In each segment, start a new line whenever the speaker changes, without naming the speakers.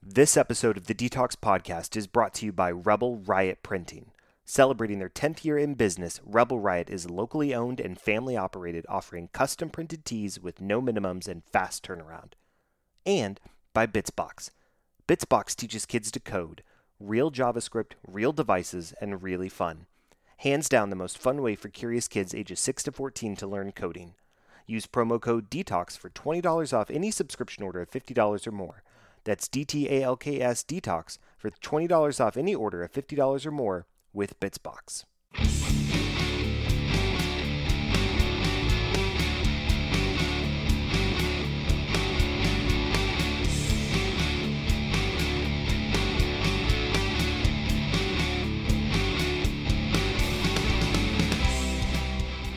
This episode of the Detox Podcast is brought to you by Rebel Riot Printing. Celebrating their 10th year in business, Rebel Riot is locally owned and family operated, offering custom printed tees with no minimums and fast turnaround. And by Bitsbox. Bitsbox teaches kids to code real JavaScript, real devices, and really fun. Hands down, the most fun way for curious kids ages 6 to 14 to learn coding. Use promo code DETOX for $20 off any subscription order of $50 or more. That's DTALKS DETOX for $20 off any order of $50 or more with Bitsbox.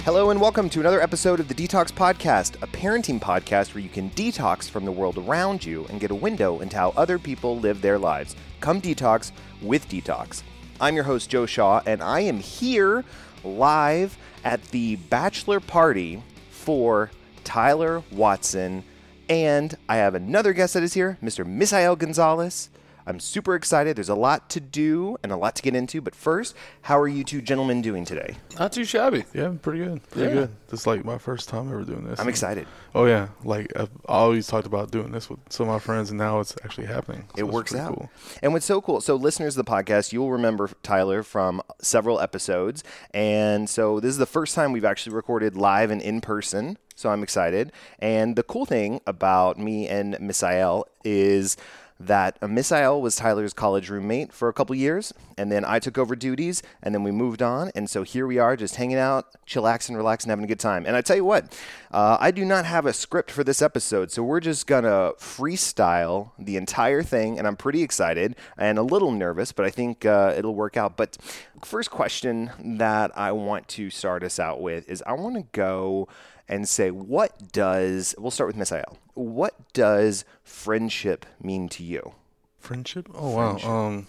Hello and welcome to another episode of the Detox Podcast, a parenting podcast where you can detox from the world around you and get a window into how other people live their lives. Come detox with Detox. I'm your host, Joe Shaw, and I am here live at the bachelor party for Tyler Watson. And I have another guest that is here, Mr. Misael Gonzalez. I'm super excited. There's a lot to do and a lot to get into. But first, how are you two gentlemen doing today?
Not too shabby.
Yeah, pretty good. Pretty
Yeah.
good. This is like my first time ever doing this.
I'm excited.
Oh yeah, like I've always talked about doing this with some of my friends, and now it's actually happening. So
it
it's
works
pretty
out.
cool.
And what's so cool, so listeners of the podcast, you will remember Tyler from several episodes. And so this is the first time we've actually recorded live and in person. So I'm excited. And the cool thing about me and Misael is that uh, Misael was Tyler's college roommate for a couple years. And then I took over duties and then we moved on. And so here we are just hanging out, chillaxing, relaxing, having a good time. And I tell you what, uh, I do not have a script for this episode. So we're just going to freestyle the entire thing. And I'm pretty excited and a little nervous, but I think uh, it'll work out. But first question that I want to start us out with is I want to go and say, what does, we'll start with Miss Ayel. What does friendship mean to you?
Friendship. Oh wow. Um,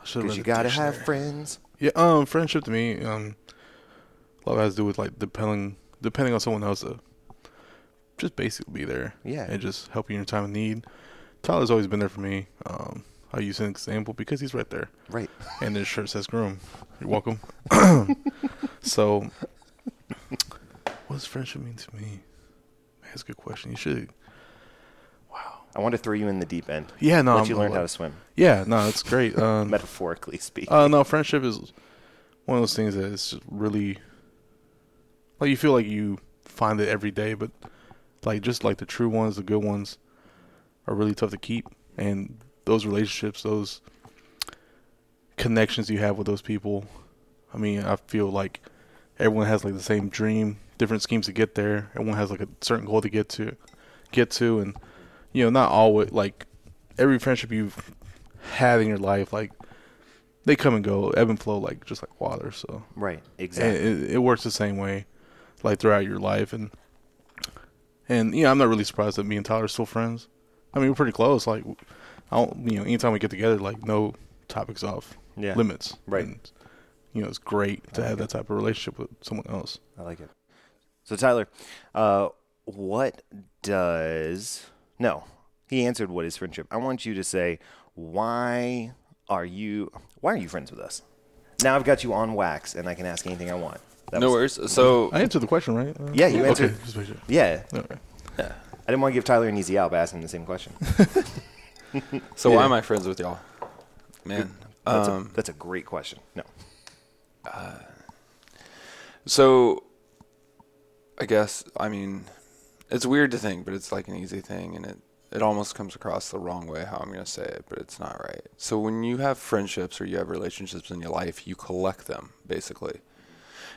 I should
Because you got to have friends.
Yeah. Um, friendship to me, um, a lot has to do with like depending depending on someone else to just basically be there.
Yeah.
And just help you in your time of need. Tyler's always been there for me. Um, I use him as an example because he's right there.
Right.
and his shirt says groom. You're welcome. so, what does friendship mean to me? Man, that's a good question. You should.
I want to throw you in the deep end.
Yeah, no.
Let
I'm-
you learn
I'm
how to
like-
swim,
Yeah, no, it's great. Um,
metaphorically speaking.
uh, no, friendship is one of those things that is just really like you feel like you find it every day, but like just like the true ones, the good ones are really tough to keep, and those relationships, those connections you have with those people. I mean, I feel like everyone has like the same dream, different schemes to get there. Everyone has like a certain goal to get to, get to, and you know, not always like every friendship you've had in your life, like they come and go, ebb and flow, like just like water. So
right. Exactly.
and it, it works the same way, like throughout your life, and and you know, I'm not really surprised that me and Tyler are still friends. I mean, we're pretty close. Like, I don't, you know, anytime we get together, like no topics off
Yeah.
limits,
Right.
And, you know, it's great to have that type of relationship with someone else.
I like it. So Tyler, uh, what does no? He answered what is friendship. I want you to say why are you why are you friends with us? Now I've got you on wax, and I can ask anything I want. That
No
was-
worries. So
I answered the question, right? Uh,
Yeah, you answered.
Okay, just make sure.
Yeah,
Okay.
I didn't want to give Tyler an easy out by asking the same question.
so why am I friends with y'all? Man.
That's,
Um,
a, that's a great question. No,
so I guess I mean it's weird to think, but it's like an easy thing and it it almost comes across the wrong way how I'm going to say it, but it's not right. So when you have friendships or you have relationships in your life, you collect them basically.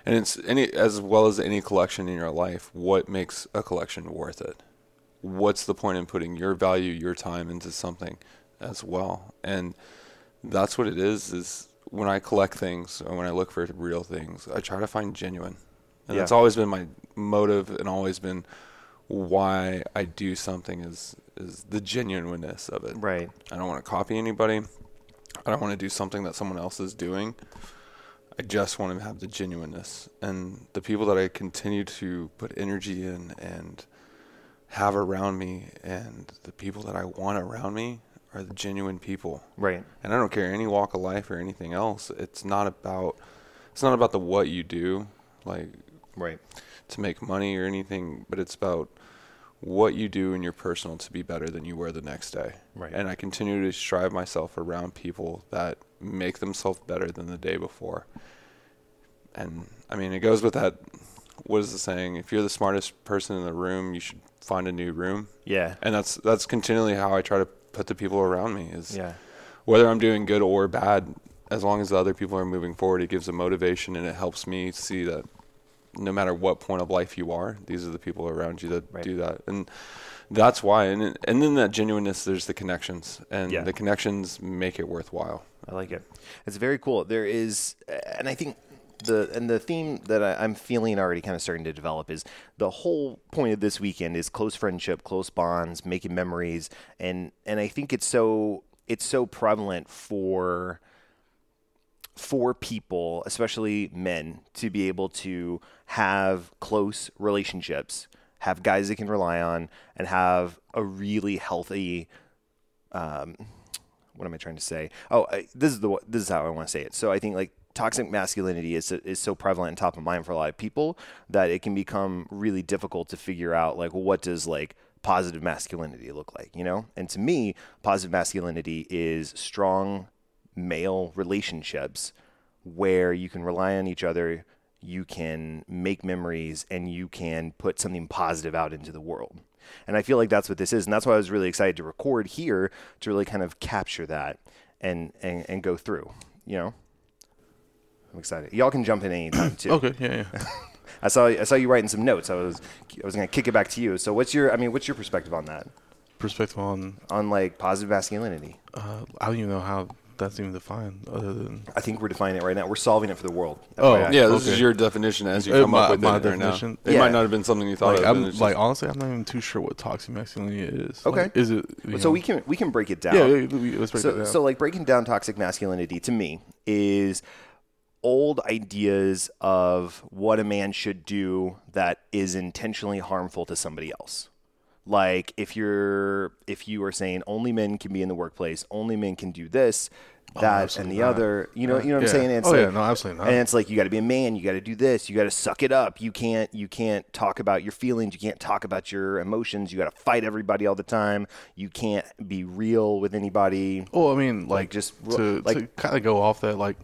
And it's any as well as any collection in your life, what makes a collection worth it? What's the point in putting your value, your time into something as well? And that's what it is is when I collect things or when I look for real things, I try to find genuine. And
Yeah.
that's always been my motive and always been why I do something is is the genuineness of it.
right.
I don't want to copy anybody. I don't want to do something that someone else is doing. I just want to have the genuineness. And the people that I continue to put energy in and have around me and the people that I want around me are the genuine people.
Right.
And I don't care any walk of life or anything else. It's not about it's not about the what you do, like
Right.
to make money or anything, but it's about what you do in your personal to be better than you were the next day.
Right.
And I continue to strive myself around people that make themselves better than the day before. And I mean, it goes with that. What is the saying? If you're the smartest person in the room, you should find a new room.
Yeah.
And that's that's continually how I try to put the people around me is
Yeah.
whether I'm doing good or bad, as long as the other people are moving forward, it gives a motivation and it helps me see that no matter what point of life you are, these are the people around you that
Right.
do that. And that's why. And it- and then that genuineness, there's the connections, and
Yeah.
the connections make it worthwhile.
I like it. It's very cool. There is, uh, and I think the and the theme that I, I'm feeling already kind of starting to develop is the whole point of this weekend is close friendship, close bonds, making memories, and and I think it's so it's so prevalent for for people, especially men, to be able to have close relationships, have guys they can rely on, and have a really healthy what am I trying to say? Oh, I, this is the wa- this is how I want to say it. So I think like toxic masculinity is is so prevalent and top of mind for a lot of people that it can become really difficult to figure out like what does like positive masculinity look like, you know? And to me, positive masculinity is strong male relationships where you can rely on each other, you can make memories, and you can put something positive out into the world. And I feel like that's what this is. And that's why I was really excited to record here to really kind of capture that and, and, and go through, you know? I'm excited. Y'all can jump in anytime too.
Okay, yeah, yeah.
I saw I saw you writing some notes. I was I was gonna kick it back to you. So what's your I mean what's your perspective on that
Perspective on
on like positive masculinity?
uh, I don't even know how that's even defined. Other than
I think we're defining it right now. We're solving it for the world.
Oh,
FYI.
Yeah, this
Okay.
is your definition as you
Uh,
come
my-
up with
my
it right now.
definition?
It
Yeah.
might not have been something you thought of.
like, I'm
and it's
like
just-
honestly, I'm not even too sure what toxic masculinity is.
Okay.
Like, is it you
So
know-
we can we can break it down.
yeah, yeah, we- let's break
so,
that down.
so like breaking down toxic masculinity to me is old ideas of what a man should do that is intentionally harmful to somebody else like if you're if you are saying only men can be in the workplace only men can do this that and
Oh, absolutely
the
not.
other you know you know what i'm
Yeah.
saying And it's
Oh,
like,
yeah, no, absolutely not.
and it's like you got to be a man you got to do this you got to suck it up you can't you can't talk about your feelings you can't talk about your emotions you got to fight everybody all the time you can't be real with anybody
Well, I mean, like,
just
just
ro-
to,
like-
to kind of go off that, like,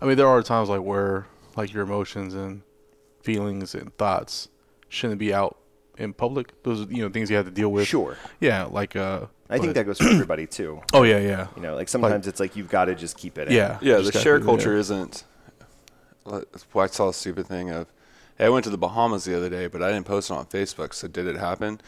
I mean, there are times like where like your emotions and feelings and thoughts shouldn't be out in public. Those are you know things you have to deal with.
Sure.
Yeah, like uh.
i think
but-
that goes for everybody too
Oh yeah, yeah.
you know like sometimes it's like you've got to just keep it in.
Yeah.
Yeah,
Oh, Just
the
gotta
share
do that.
culture isn't. like, I saw a stupid thing of, hey, I went to the Bahamas the other day, but I didn't post it on Facebook. So did it happen?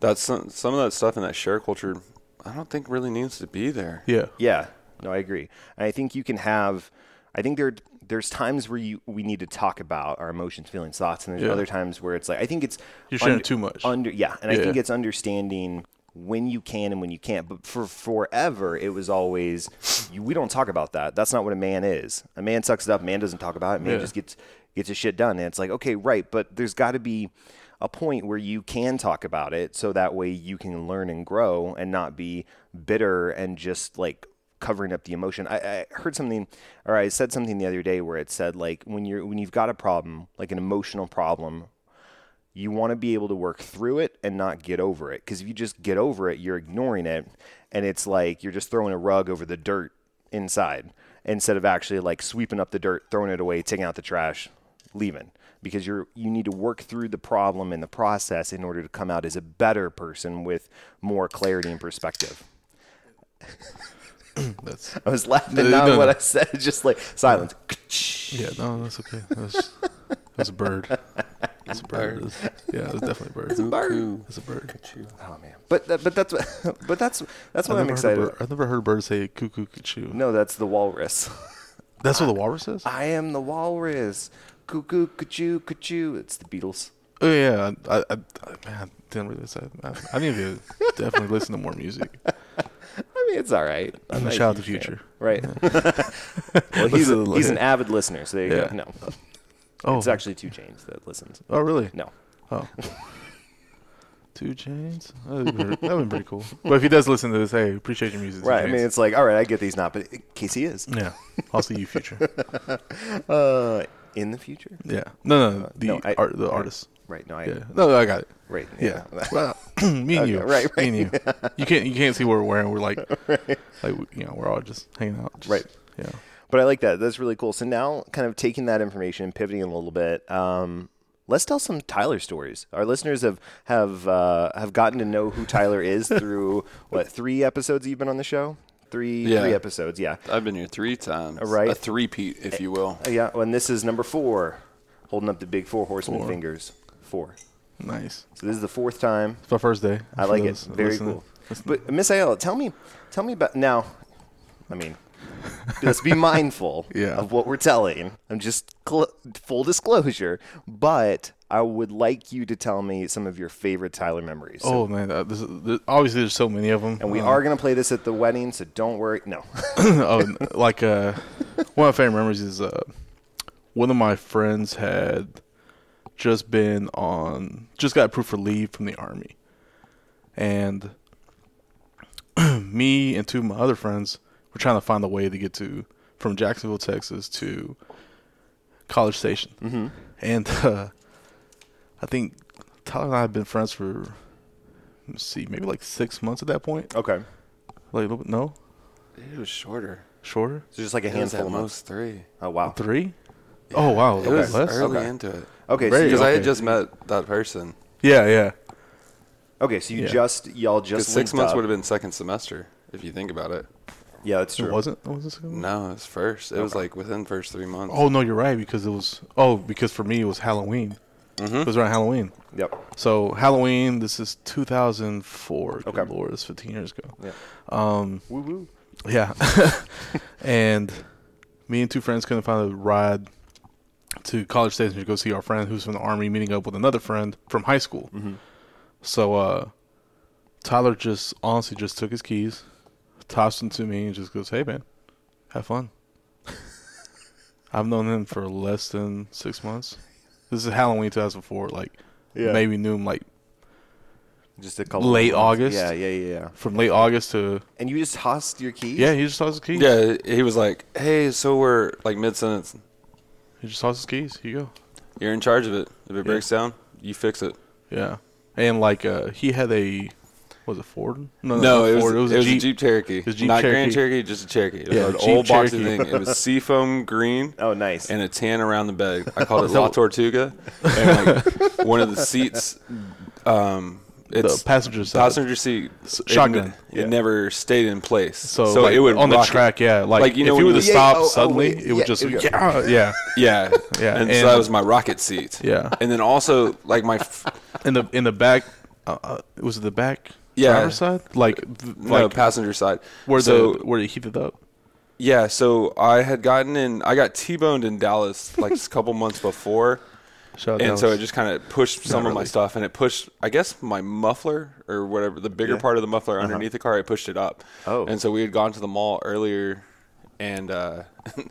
That's some some of that stuff in that share culture. I don't think really needs to be there.
Yeah.
Yeah, no, I agree. And I think you can have. I think there there's times where you we need to talk about our emotions, feelings, thoughts, and there's
Yeah.
other times where it's like I think it's
You're sharing too much.
Under yeah, and I
Yeah.
think it's understanding when you can and when you can't. But for forever, it was always you, we don't talk about that. That's not what a man is. A man sucks it up. Man doesn't talk about it. Man
Yeah.
just gets gets his shit done. And it's like okay, right, but there's got to be a point where you can talk about it so that way you can learn and grow and not be bitter and just like covering up the emotion. I, I heard something, or I said something the other day where it said like when you're when you've got a problem, like an emotional problem, you want to be able to work through it and not get over it. Because if you just get over it, you're ignoring it, and it's like you're just throwing a rug over the dirt inside instead of actually like sweeping up the dirt, throwing it away, taking out the trash, leaving. Because you're you need to work through the problem and the process in order to come out as a better person with more clarity and perspective.
That's
I was laughing
No,
not
no,
at what
no.
I said, just like silence.
yeah. No, that's okay. That's that's a bird. That's a bird. That's- yeah, it's definitely a bird. It's a
Cuckoo.
It's a bird.
Oh man, but that, but that's what- but that's that's what
I've
I'm
never heard a
excited.
bird- I've never heard a bird say cuckoo cuckoo.
No, that's the walrus.
That's what the walrus says.
I am the walrus. Cuckoo, cuckoo, cuckoo. It's the Beatles.
Oh yeah, I, I, I man, I didn't realize that. I, I need to definitely listen to more music.
I mean, it's all right. I'm not a
Shout out to
huge fan.
Future.
Right. well, he's, a,
Listen to
he's an
later.
avid listener, so there you
Yeah.
go. No,
Oh,
it's actually two chains that listens.
oh really?
No.
Oh, Two Chains. That would be that'd be pretty cool. But if he does listen to this, hey, appreciate your music. Two
Right. I
Chainz.
mean, it's like, all right, I get these not, but Casey is
yeah. I'll see you future.
uh, in the future.
Yeah. No, no, no, the
Uh, no, I-
art, the artist.
Right. No, I.
Yeah. No, I got it.
Right.
Yeah. Well, me and you.
Okay, right,
Me and you. You can't. You can't see what we're wearing. We're like, like you know, we're all just hanging out. just-
Right.
Yeah.
But I like that. That's really cool. So now, kind of taking that information and pivoting a little bit, um, let's tell some Tyler stories. Our listeners have have uh, have gotten to know who Tyler is through what three episodes you've been on the show? Three
Yeah.
three episodes, yeah,
I've been here three times.
Uh,
right.
A three-peat, if you will.
Uh, yeah. And this is number four, holding up the big four horseman fingers. Four.
Nice.
So this is the fourth time.
It's my first day.
I like it. Very cool. But Miss Ayala, tell me, tell me about now. I mean, let's be mindful
Yeah.
of what we're telling. I'm just cl- full disclosure, but I would like you to tell me some of your favorite Tyler memories. So-
oh man, uh, this is, th obviously there's so many of Uh, them.
and we are gonna play this at the wedding, so don't worry. No,
oh, n- like uh, one of my favorite memories is uh, one of my friends had just been on, just got approved for leave from the army, and me and two of my other friends were trying to find a way to get to from Jacksonville, Texas, to College Station, mm-hmm. and uh, I think Tyler and I had been friends for. Let's see, maybe like six months at that point.
okay.
Like, a little bit- no,
It was shorter.
shorter.
So just like a
It was
handful
at
of months.
most three.
Oh wow.
Three? Oh wow,
It was
less?
early
Okay.
into it.
Okay, so
Very-
you,
Because I had
Okay.
just met that person.
Yeah, yeah.
okay, so you
Yeah.
just y'all
'Cause
just
six months would
would
have been second semester, if you think about it.
yeah, that's true.
It wasn't. It wasn't second?
No, it was first. It was like within first three months.
Oh no, you're right because it was. Oh, because for me it was Halloween.
Mm-hmm.
It was around Halloween.
Yep.
So Halloween. This is 2004. Good
Okay.
lord, it's 15 years ago.
Yeah.
Um. Yeah. and me and two friends couldn't find a ride to College Station to go see our friend who's from the army, meeting up with another friend from high school. So uh, Tyler just honestly just took his keys, tossed them to me, and just goes, "Hey man, have fun." I've known him for less than six months. This is Halloween 2004. Like,
Yeah.
maybe knew him like
Just a couple.
Late
of months.
August?
Yeah, yeah, yeah, yeah.
from late August to
And you just tossed your keys.
yeah. He just tossed his keys.
Yeah, he was like, "Hey, so we're like mid sentence.
he just tossed his keys. Here you go.
You're in charge of it. If it breaks down, you fix it."
Yeah, and like uh, he had a was it Ford? No,
No,
not
it was,
Ford.
it was, a, Jeep. Cherokee,
was a Jeep
not Grand Cherokee,
Cherokee.
just a Cherokee. It was
Yeah,
an
Jeep
old boxy
Cherokee.
thing. It was seafoam green.
Oh, nice.
And a tan around the bed. I called it La Tortuga. And like one of the seats, um, it's
passenger side.
passenger seat it
shotgun.
ne- It,
Yeah.
never stayed in place, so,
So, like,
it would
on the
rock it.
track. Yeah, like,
Like, you know
if
when
you were
you-
to
Yeah,
stop
oh, oh,
suddenly,
wait,
it would
yeah,
just
it would go-
yeah, oh, yeah,
Yeah,
Yeah,
And, so
and-
that was my rocket seat.
Yeah.
and then also like my f-
in the in the back. Uh, uh, was it the back
Yeah.
driver's side? Like, th-
no
like
passenger side.
where
so
the where it heated up?
yeah, so I had gotten in. I got T-boned in Dallas like a couple months before,
Shout out
and so
Dallas.
it just kind of pushed some of my
really.
stuff, and it pushed I guess my muffler or whatever the bigger part of the muffler
Uh-huh.
underneath the car. It pushed it up.
Oh.
and so we had gone to the mall earlier, and uh,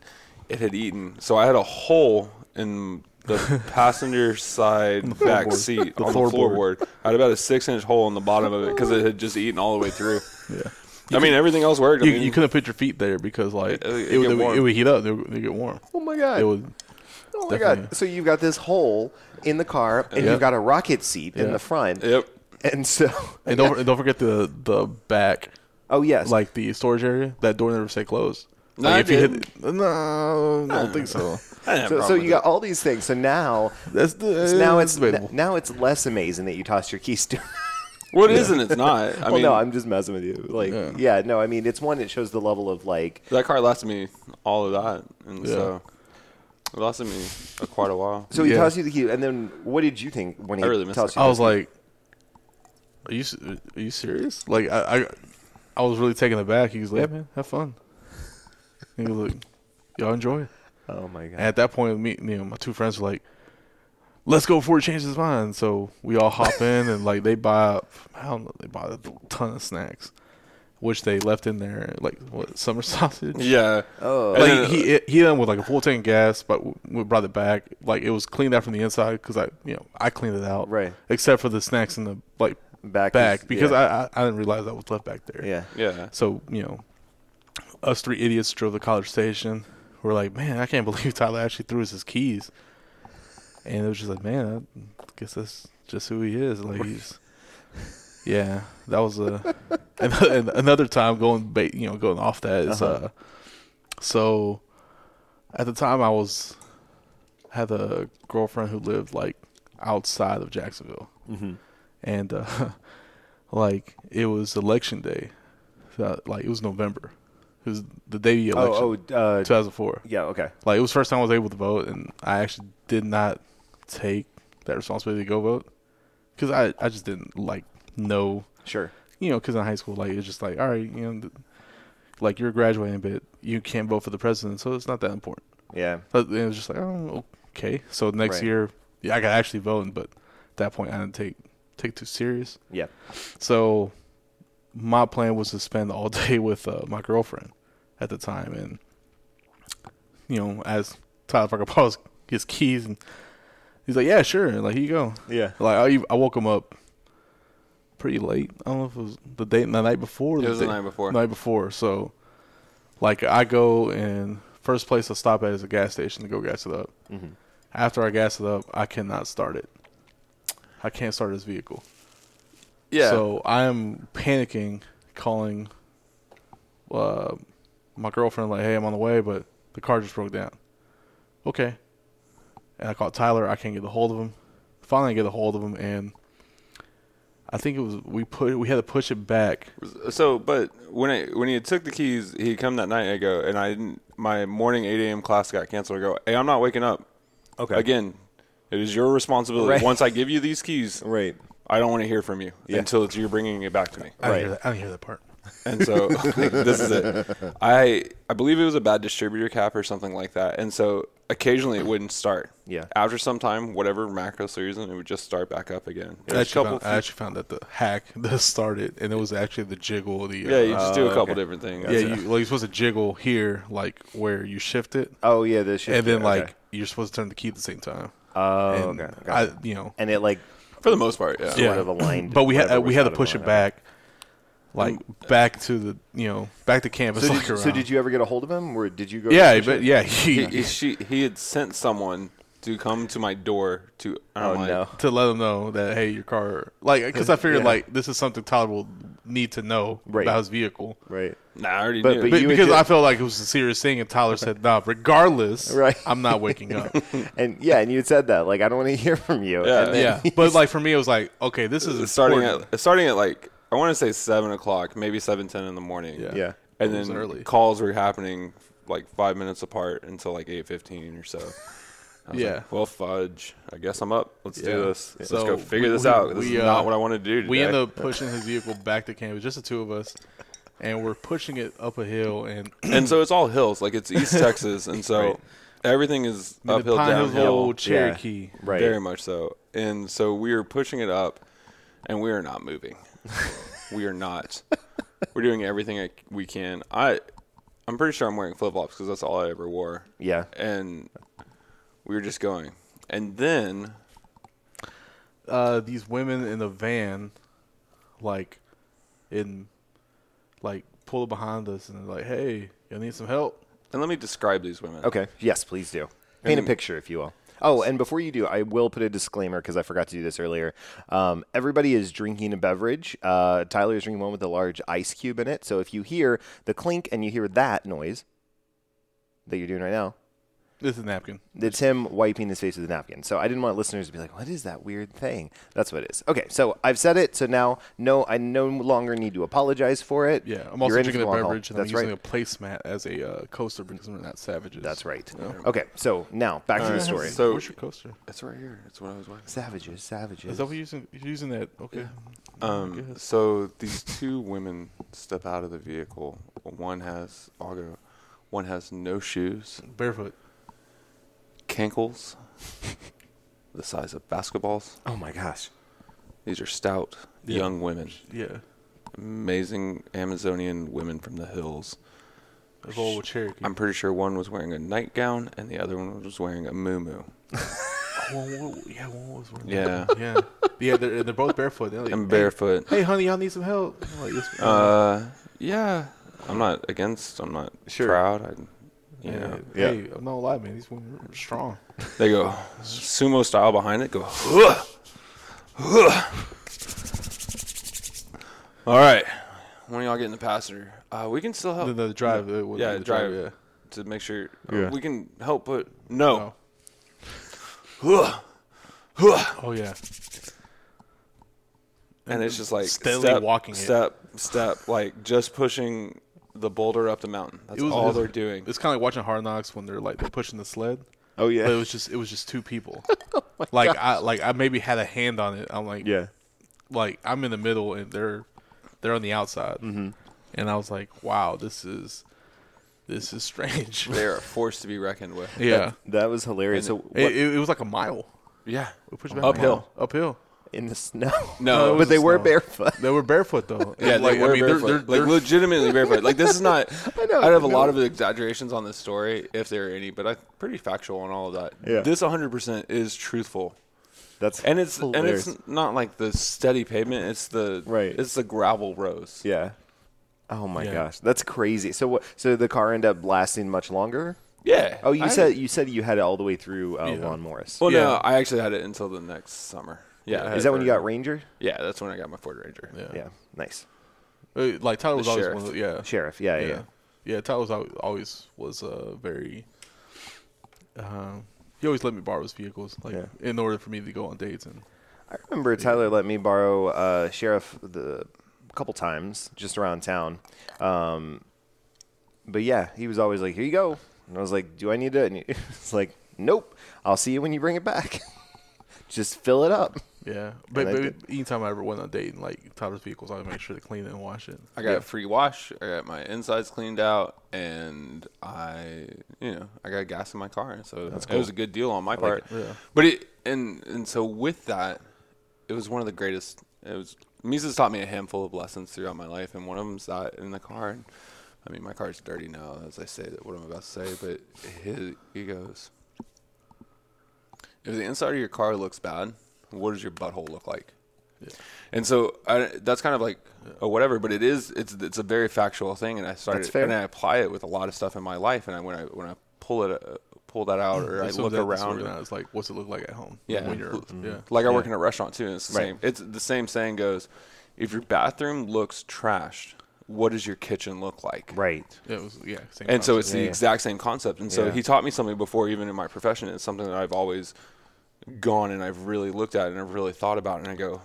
it had eaten. So I had a hole in. The passenger side back
floorboard.
seat
The
on the
floorboard.
floorboard. I had about a six-inch hole in the bottom of it because it had just eaten all the way through.
yeah.
I mean, everything else worked. I
You,
mean,
you couldn't put your feet there because like
It'll-
it,
it'll
would,
get
it, would, it
warm.
would heat up. They would, they would get warm.
Oh my god.
It would.
Oh my
Definitely.
god! So you've got this hole in the car, and
Yeah.
you've got a rocket seat in
Yeah.
the front.
Yep.
And so,
And don't and don't forget the the back,
oh yes,
like the storage area. That door never stay closed.
No,
like,
I
if you
did.
hit, no, I don't think so.
I didn't have
so,
a
so
problem
you
with
got all these things. So now,
That's the,
so now it's
debatable.
now it's less amazing that you tossed your keys to.
it. Well, it not It's not. I
well,
mean,
no, I'm just messing with you. Like, yeah.
Yeah.
no, I mean, it's one. It shows the level of like,
that car lasted me all of that, and
Yeah.
so it lasted me uh, quite a while.
so he
Yeah.
tossed you the key, and then what did you think when he
I really missed
tossed
it.
you?
I
the
was like, "Are you s- are you serious?" Like I I, I was really taken aback. He was like, "Yeah, man, have fun." He was like, "Y'all enjoy." it."
key? oh my god,
And at that point, me, me and my two friends were like, "Let's go before he changes his mind." So we all hop in and like they buy I don't know they buy a ton of snacks, which they left in there like what summer sausage.
Yeah.
Oh.
And
Like
then- uh,
he he done with like a full tank of gas, but w- we brought it back. Like it was cleaned out from the inside because I you know I cleaned it out.
Right.
Except for the snacks and the like
back.
back
is-
because
yeah.
I, I I didn't realize that was left back there.
yeah.
Yeah.
So you know, us three idiots drove the college station. We're like, man, I can't believe Tyler actually threw us his keys. And it was just like, man, I guess that's just who he is. Like he's, yeah, that was a. and, and another time going, ba- you know, going off that is,
Uh-huh.
uh so at the time I was had a girlfriend who lived like outside of Jacksonville
Mm-hmm.
and uh, like it was election day, So, like it was November, it was the day of the election,
Oh, oh, uh,
2004.
yeah. Okay.
Like it was the first time I was able to vote, and I actually did not take that responsibility to go vote because I I just didn't like know
Sure.
you know because in high school like it's just like all right you know. Th- like you're graduating, but you can't vote for the president, so it's not that important.
Yeah.
But it was just like, oh, okay. So next
Right.
year, yeah, I got actually voting, but at that point, I didn't take take it too serious.
Yeah.
So my plan was to spend all day with uh, my girlfriend at the time, and you know, as Tyler Parker Paul's his keys, and he's like, "Yeah, sure." And, like, here you go.
Yeah.
Like, I, I woke him up pretty late. I don't know if it was the day, the night before. or
It was the
day-
night before.
Night before. So, like, I go and first place I stop at is a gas station to go gas it up.
Mm-hmm.
After I gas it up, I cannot start it. I can't start this vehicle.
Yeah.
So I am panicking, calling uh, my girlfriend, like, hey, I'm on the way, but the car just broke down. Okay. And I called Tyler. I can't get a hold of him. Finally, I get a hold of him, and I think it was we put we had to push it back.
So, but when I when he took the keys, he come that night. I go and I didn't. My morning eight a.m. class got canceled. I go, hey, I'm not waking up.
Okay.
Again, it is your responsibility.
Right.
Once I give you these keys,
Right.
I don't want to hear from you
Yeah.
until it's you're bringing it back to me.
I
Right.
didn't hear that, I didn't hear that part.
And so this is it. I I believe it was a bad distributor cap or something like that. And so occasionally it wouldn't start.
Yeah.
After some time, whatever macros reason, it would just start back up again.
I
There's a
actually,
couple.
found, I actually found that the hack that started, and it was actually the jiggle. The
yeah, you
uh,
just do a
Oh,
couple
okay.
different things.
yeah, you, like you're supposed to jiggle here, like where you shift it,
Oh yeah. This. shit.
and then
Okay.
like you're supposed to turn the key at the same time.
Oh.
and
okay. okay.
I, you know,
and it like
for the most part. Yeah.
sort of aligned.
But we had
whatever
uh,
was
we had to
out of
push it
alignment.
back, like back to the you know back to campus.
So
like
did, so
around.
did you ever get a hold of him, or did you go?
Yeah,
to
but yeah,
he,
he,
he- she, he had sent someone to come to my door to. and
Oh
I'm like,
no.
to let them know that hey, your car like because I figured
Yeah.
like this is something Todd will need to know
Right.
about his vehicle.
Right.
Nah, I already
But-
knew.
but
Be-
you
because
enjoy-
I felt like it was a serious thing, and Tyler said, "Nah, regardless,
Right.
I'm not waking up."
And yeah, and you had said that like I don't want to hear from you.
Yeah.
And then-
yeah, but like for me, it was like, okay, this is
It's starting
important.
at it's starting at like I want to say seven o'clock, maybe seven ten in the morning.
Yeah.
Yeah.
and
It was
then
early.
calls were happening like five minutes apart until like eight fifteen or so. I was
Yeah.
like, well, fudge. I guess I'm up. Let's
Yeah.
do this. Let's
So
go figure
we-
this
we-
out. This
we,
is
uh,
not what I want to do. Today.
We end up pushing his vehicle back to campus, just the two of us, and we're pushing it up a hill, and
and so it's all hills. Like it's East Texas, and so
Right.
everything is
the
uphill,
Pine Hills
downhill.
old Cherokee.
Right.
Very much so. And so we are pushing it up, and we are not moving. we are not. We're doing everything I- we can. I, I'm pretty sure I'm wearing flip flops because that's all I ever wore.
Yeah.
And we were just going, and then
uh, these women in the van, like, in, like, pull up behind us and they're like, "Hey, y'all need some help?"
and let me describe these women.
Okay. Yes, please do. Paint a picture, if you will. Oh, and before you do, I will put a disclaimer because I forgot to do this earlier. Um, everybody is drinking a beverage. Uh, Tyler is drinking one with a large ice cube in it. So if you hear the clink and you hear that noise that you're doing right now,
This is a napkin.
it's him wiping his face with a napkin. So I didn't want listeners to be like, "What is that weird thing?" That's what it is. Okay, so I've said it. So now, no, I no longer need to apologize for it.
Yeah, I'm
You're
also
in
drinking
for
a
the long haul.
beverage and
That's
I'm using
right.
a placemat as a uh, coaster because we're not savages.
That's right.
Yeah.
Okay, so now back to the story.
So-
where's your coaster?
It's right here. It's what I was wearing.
Savages, savages.
Is that what you're using? You're using that? Okay.
Oh
Um, so these two women step out of the vehicle. One has I'll go. One has no shoes,
Barefoot.
cankles, the size of basketballs.
oh my gosh.
These are stout
Yeah.
young women,
Yeah.
amazing Amazonian women from the hills.
Of old Cherokee.
I'm pretty sure one was wearing a nightgown and the other one was wearing a muumuu.
Well, well, yeah, one was wearing
Yeah.
that. Yeah. yeah, they're, they're both barefoot. They're like,
I'm
"Hey,
barefoot.
Hey, honey, y'all need some help. I'm like, "Yes, ma'am."
Uh, yeah. I'm not against. I'm not
Sure.
proud. I, you know,
Yeah.
Hey, I'm not lying, man. These women are strong.
they go sumo style behind it. Go. All right. When y'all get in the passenger, uh, we can still help.
The, the drive. uh, what-
yeah,
the
drive,
Yeah.
to make sure uh,
Yeah.
we can help, but no.
Oh.
Ugh. Ugh.
oh yeah.
And it's just like
Steadily
step,
walking it.
step, step, like just pushing the boulder up the mountain. That's all they're doing.
It's kind of like watching Hard Knocks when they're like they're pushing the sled.
Oh
But it
yeah. Oh
was just it was just two people. like I like I maybe had a hand on it. I'm like
Yeah.
like I'm in the middle and they're they're on the outside.
Mm-hmm.
And I was like, wow, this is this is strange.
They are a force to be reckoned with.
yeah.
That was hilarious. So what,
It, it, it was like a mile.
Yeah.
We pushed back a
Uphill.
mile. Uphill.
in the snow.
No, it
but
was
they
the
were
snow.
barefoot.
They were barefoot though.
Yeah, like,
like
they were
I mean, they're-
barefoot.
they're,
like
they're-
legitimately barefoot. Like this is not. I
know,
I'd have a
I
lot of exaggerations on this story if there are any, but I'm pretty factual on all of that.
Yeah.
This 100 percent is truthful,
That's
and it's
hilarious.
and it's not like the steady pavement. It's the
Right.
It's the gravel roads.
yeah. Oh my
Yeah.
gosh, that's crazy. So what? So the car ended up lasting much longer.
Yeah.
Oh, you
I-
said you said you had it all the way through uh,
Yeah.
Lon Morris.
Well, no,
Yeah.
I actually had it until the next summer. Yeah. I had
Is
it
that when
for-
you got Ranger?
Yeah, that's when I got my Ford Ranger.
yeah.
Yeah. Nice.
Uh, Like Tyler was always
sheriff.
one of the, yeah.
Sheriff. Yeah, yeah.
yeah. Yeah, Tyler was al- always was uh, very. Um, he always let me borrow his vehicles, like
Yeah.
in order for me to go on dates and.
I remember Tyler let me borrow uh, Sheriff the a couple times just around town. Um, but yeah, he was always like, "Here you go," and I was like, "Do I need it?" And he- it's like, "Nope, I'll see you when you bring it back. just fill it up."
Yeah, but,
I
but
did.
anytime I ever went on a date, and, like Tyler's vehicles, I would make sure to clean it and wash it.
I got a free wash. I got my insides cleaned out, and I, you know, I got gas in my car, so it was a good deal on my part.
it. Yeah.
But it and and so with that, it was one of the greatest. It was Mises taught me a handful of lessons throughout my life, and one of them's that in the car. And, I mean, my car's dirty now, as I say that what I'm about to say, but his, he goes, if the inside of your car looks bad, what does your butthole look like? And so I, that's kind of like oh whatever, but it is it's it's a very factual thing, and I started
That's fair.
and I apply it with a lot of stuff in my life, and I when I when I pull it uh, pull that out or I
That's what
look
that- that's what
around,
we're gonna- It's like, what's it look like at home?
Yeah.
when you're, mm-hmm.
Mm-hmm.
yeah,
like I work in a restaurant too, and it's the
Right.
same. It's the same saying goes, if your bathroom looks trashed, what does your kitchen look like?
Right.
yeah, it was, yeah. Same
And so
concept.
it's the
Yeah.
exact same concept. And so
Yeah.
he taught me something before, even in my profession. It's something that I've always gone and I've really looked at and I've really thought about. And I go,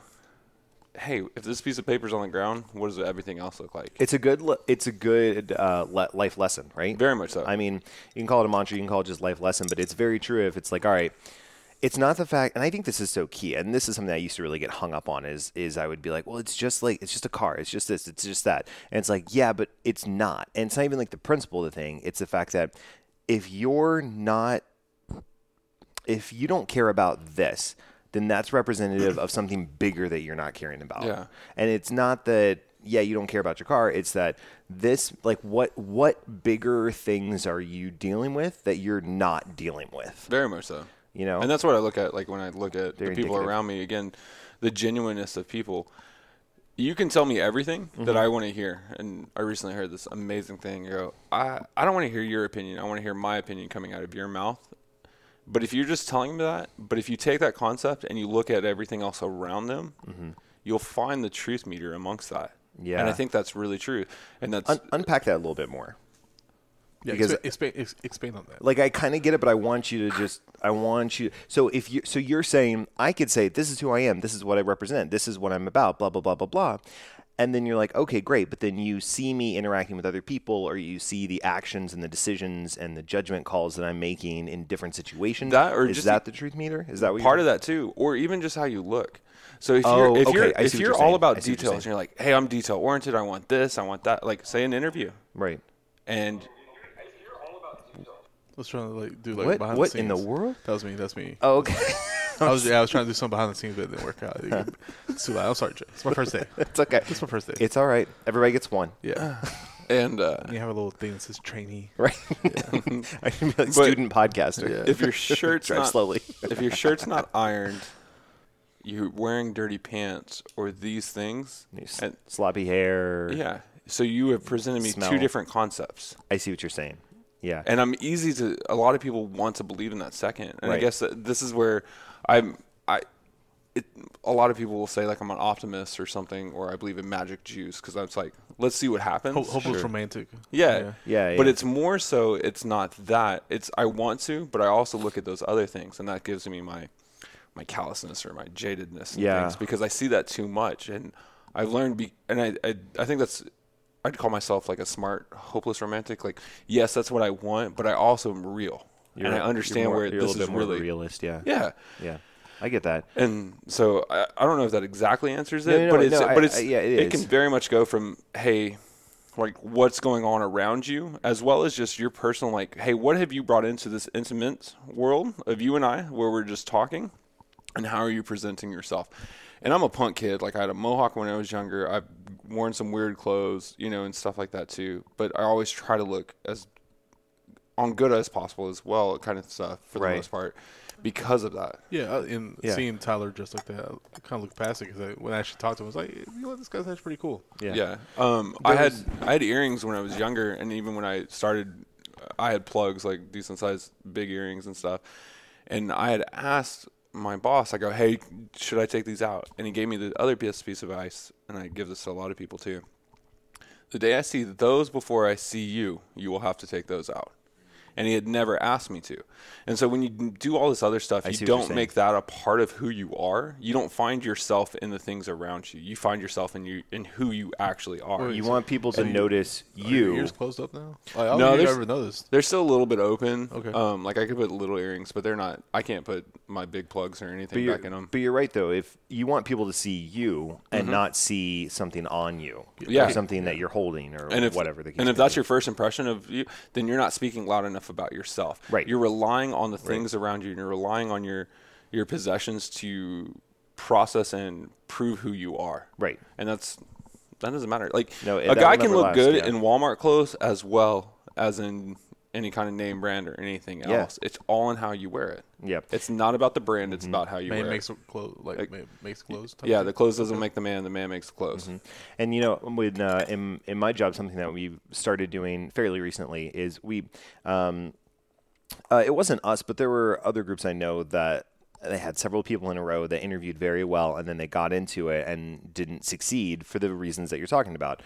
hey, if this piece of paper's on the ground, what does everything else look like?
It's a good. le- It's a good uh, le- life lesson, right?
Very much so.
I mean, you can call it a mantra, you can call it just life lesson, but it's very true. If it's like, all right, it's not the fact, and I think this is so key, and this is something I used to really get hung up on is is I would be like, well, it's just like it's just a car, it's just this, it's just that, and it's like, yeah, but it's not, and it's not even like the principle of the thing. It's the fact that if you're not if you don't care about this, then that's representative of something bigger that you're not caring about.
Yeah.
And it's not that yeah, you don't care about your car, it's that this like what what bigger things are you dealing with that you're not dealing with,
Very much so.
you know?
And that's what I look at, like when I look at
Very
the people
indicative.
around me. Again, the genuineness of people. You can tell me everything
Mm-hmm.
that I want to hear, and I recently heard this amazing thing. You go, I I don't want to hear your opinion. I want to hear my opinion coming out of your mouth. But if you're just telling me that, but if you take that concept and you look at everything else around them, you'll find the truth meter amongst that. and
Mm-hmm. Yeah.
I think that's really true. And that's
Un- unpack that a little bit more.
yeah,
because-
expa- expand, ex- expand on that.
Like I kind of get it, but I want you to just I want you so if you so you're saying I could say this is who I am, this is what I represent, this is what I'm about, blah blah blah blah blah. And then you're like, okay, great. But then you see me interacting with other people, or you see the actions and the decisions and the judgment calls that I'm making in different situations.
That or
is
just
that the truth meter? Is that what
part
you're,
of that too, or even just how you look. So if
Oh,
you're if
okay,
you're
I see what
if you're,
you're
all
saying.
about
I see what you're
details and you're like, hey, I'm detail oriented. I want this. I want that. Like say an interview,
right?
and
I was trying to like do like
What-
behind
what
the
in
scenes.
the world?
That was me. That's me.
Oh, okay,
I was yeah, I was trying to do something behind the scenes, but it didn't work out. it's too loud. I'm sorry, Jay. It's my first day.
it's okay.
It's my first day.
It's all right. Everybody gets one,
yeah,
and uh,
and you have a little thing that says trainee.
right? I should be like student podcaster.
if your shirt's
Drive
not
slowly.
if your shirt's not ironed, you're wearing dirty pants or these things.
Nice.
And,
sloppy hair.
yeah. So you have presented me
Smell.
two different concepts.
I see what you're saying. Yeah.
and I'm easy to. A lot of people want to believe in that second, and I
Right.
guess that this is where I'm. I, it, a lot of people will say like I'm an optimist or something, or I believe in magic juice because I was like, let's see what happens.
Hope, hope it's
Sure.
romantic.
Yeah.
Yeah,
But
yeah.
it's more so it's not that. It's I want to, but I also look at those other things and that gives me my my callousness or my jadedness and
Yeah.
things because I see that too much and I've learned be, and I, I I think that's I'd call myself like a smart hopeless romantic like yes, that's what I want, but I also am real. and I understand
you're more-
where
you're
this
a little
is
bit more of a
really
realist. Yeah.
Yeah.
Yeah. I get that.
And so I, I don't know if that exactly answers it,
No, no,
but
no,
it's
no, I-
but it's
I- yeah, it
it,
is.
can very much go from hey, like what's going on around you, as well as just your personal like hey, what have you brought into this intimate world of you and I, where we're just talking, and how are you presenting yourself? And I'm a punk kid. Like I had a mohawk when I was younger. I've worn some weird clothes, you know, and stuff like that too. But I always try to look as on good as possible as well, kind of stuff for
Right.
the most part, because of that.
Yeah, uh, and
Yeah.
seeing Tyler dressed like that, I kind of looked past it because when I actually talked to him, I was like, you know, what, this guy's actually pretty cool.
Yeah.
Yeah. Um, I had I had earrings when I was younger, and even when I started, I had plugs like decent sized big earrings and stuff. And I had asked my boss, I go, "Hey, should I take these out?" And he gave me the other PS piece of advice, and I give this to a lot of people too. The day I see those before I see you, you will have to take those out. And he had never asked me to. And so when you do all this other stuff,
see
you
what you're
don't
saying.
make that a part of who you are. You don't find yourself in the things around you. You find yourself in you in who you actually are.
You want people to
you-
notice
Oh,
Are your
you.
ears closed up now? Like, I don't
No,
think I've
there's-
ever noticed.
They're still a little bit open.
Okay.
Um, like I could put little earrings, but they're not. I can't put my big plugs or
But
anything
you're,
back in them.
but you're right though. If you want people to see you and not see something on you,
Mm-hmm. Yeah.
or something that you're holding or
and if
whatever the case.
and if
may
that's
be.
your first impression of you, then you're not speaking loud enough about yourself.
Right.
You're relying on the things around you, and you're relying on your your possessions to process and prove who you are.
Right.
And that's that doesn't matter. Like
No, it-
a
that
guy
will
can
never
look
last,
good
yeah.
in Walmart clothes as well as in any kind of name brand or anything
Yeah.
else. It's all in how you wear it.
Yep. Mm-hmm.
It's not about the brand. It's about how you
Man
wear it.
makes clothes, like, man makes clothes. type
Yeah,
thing.
the clothes doesn't make the man. The man makes the clothes.
Mm-hmm. And you know, when uh, in in my job, something that we started doing fairly recently is we, um, uh, it wasn't us, but there were other groups I know that they had several people in a row that interviewed very well, and then they got into it and didn't succeed for the reasons that you're talking about.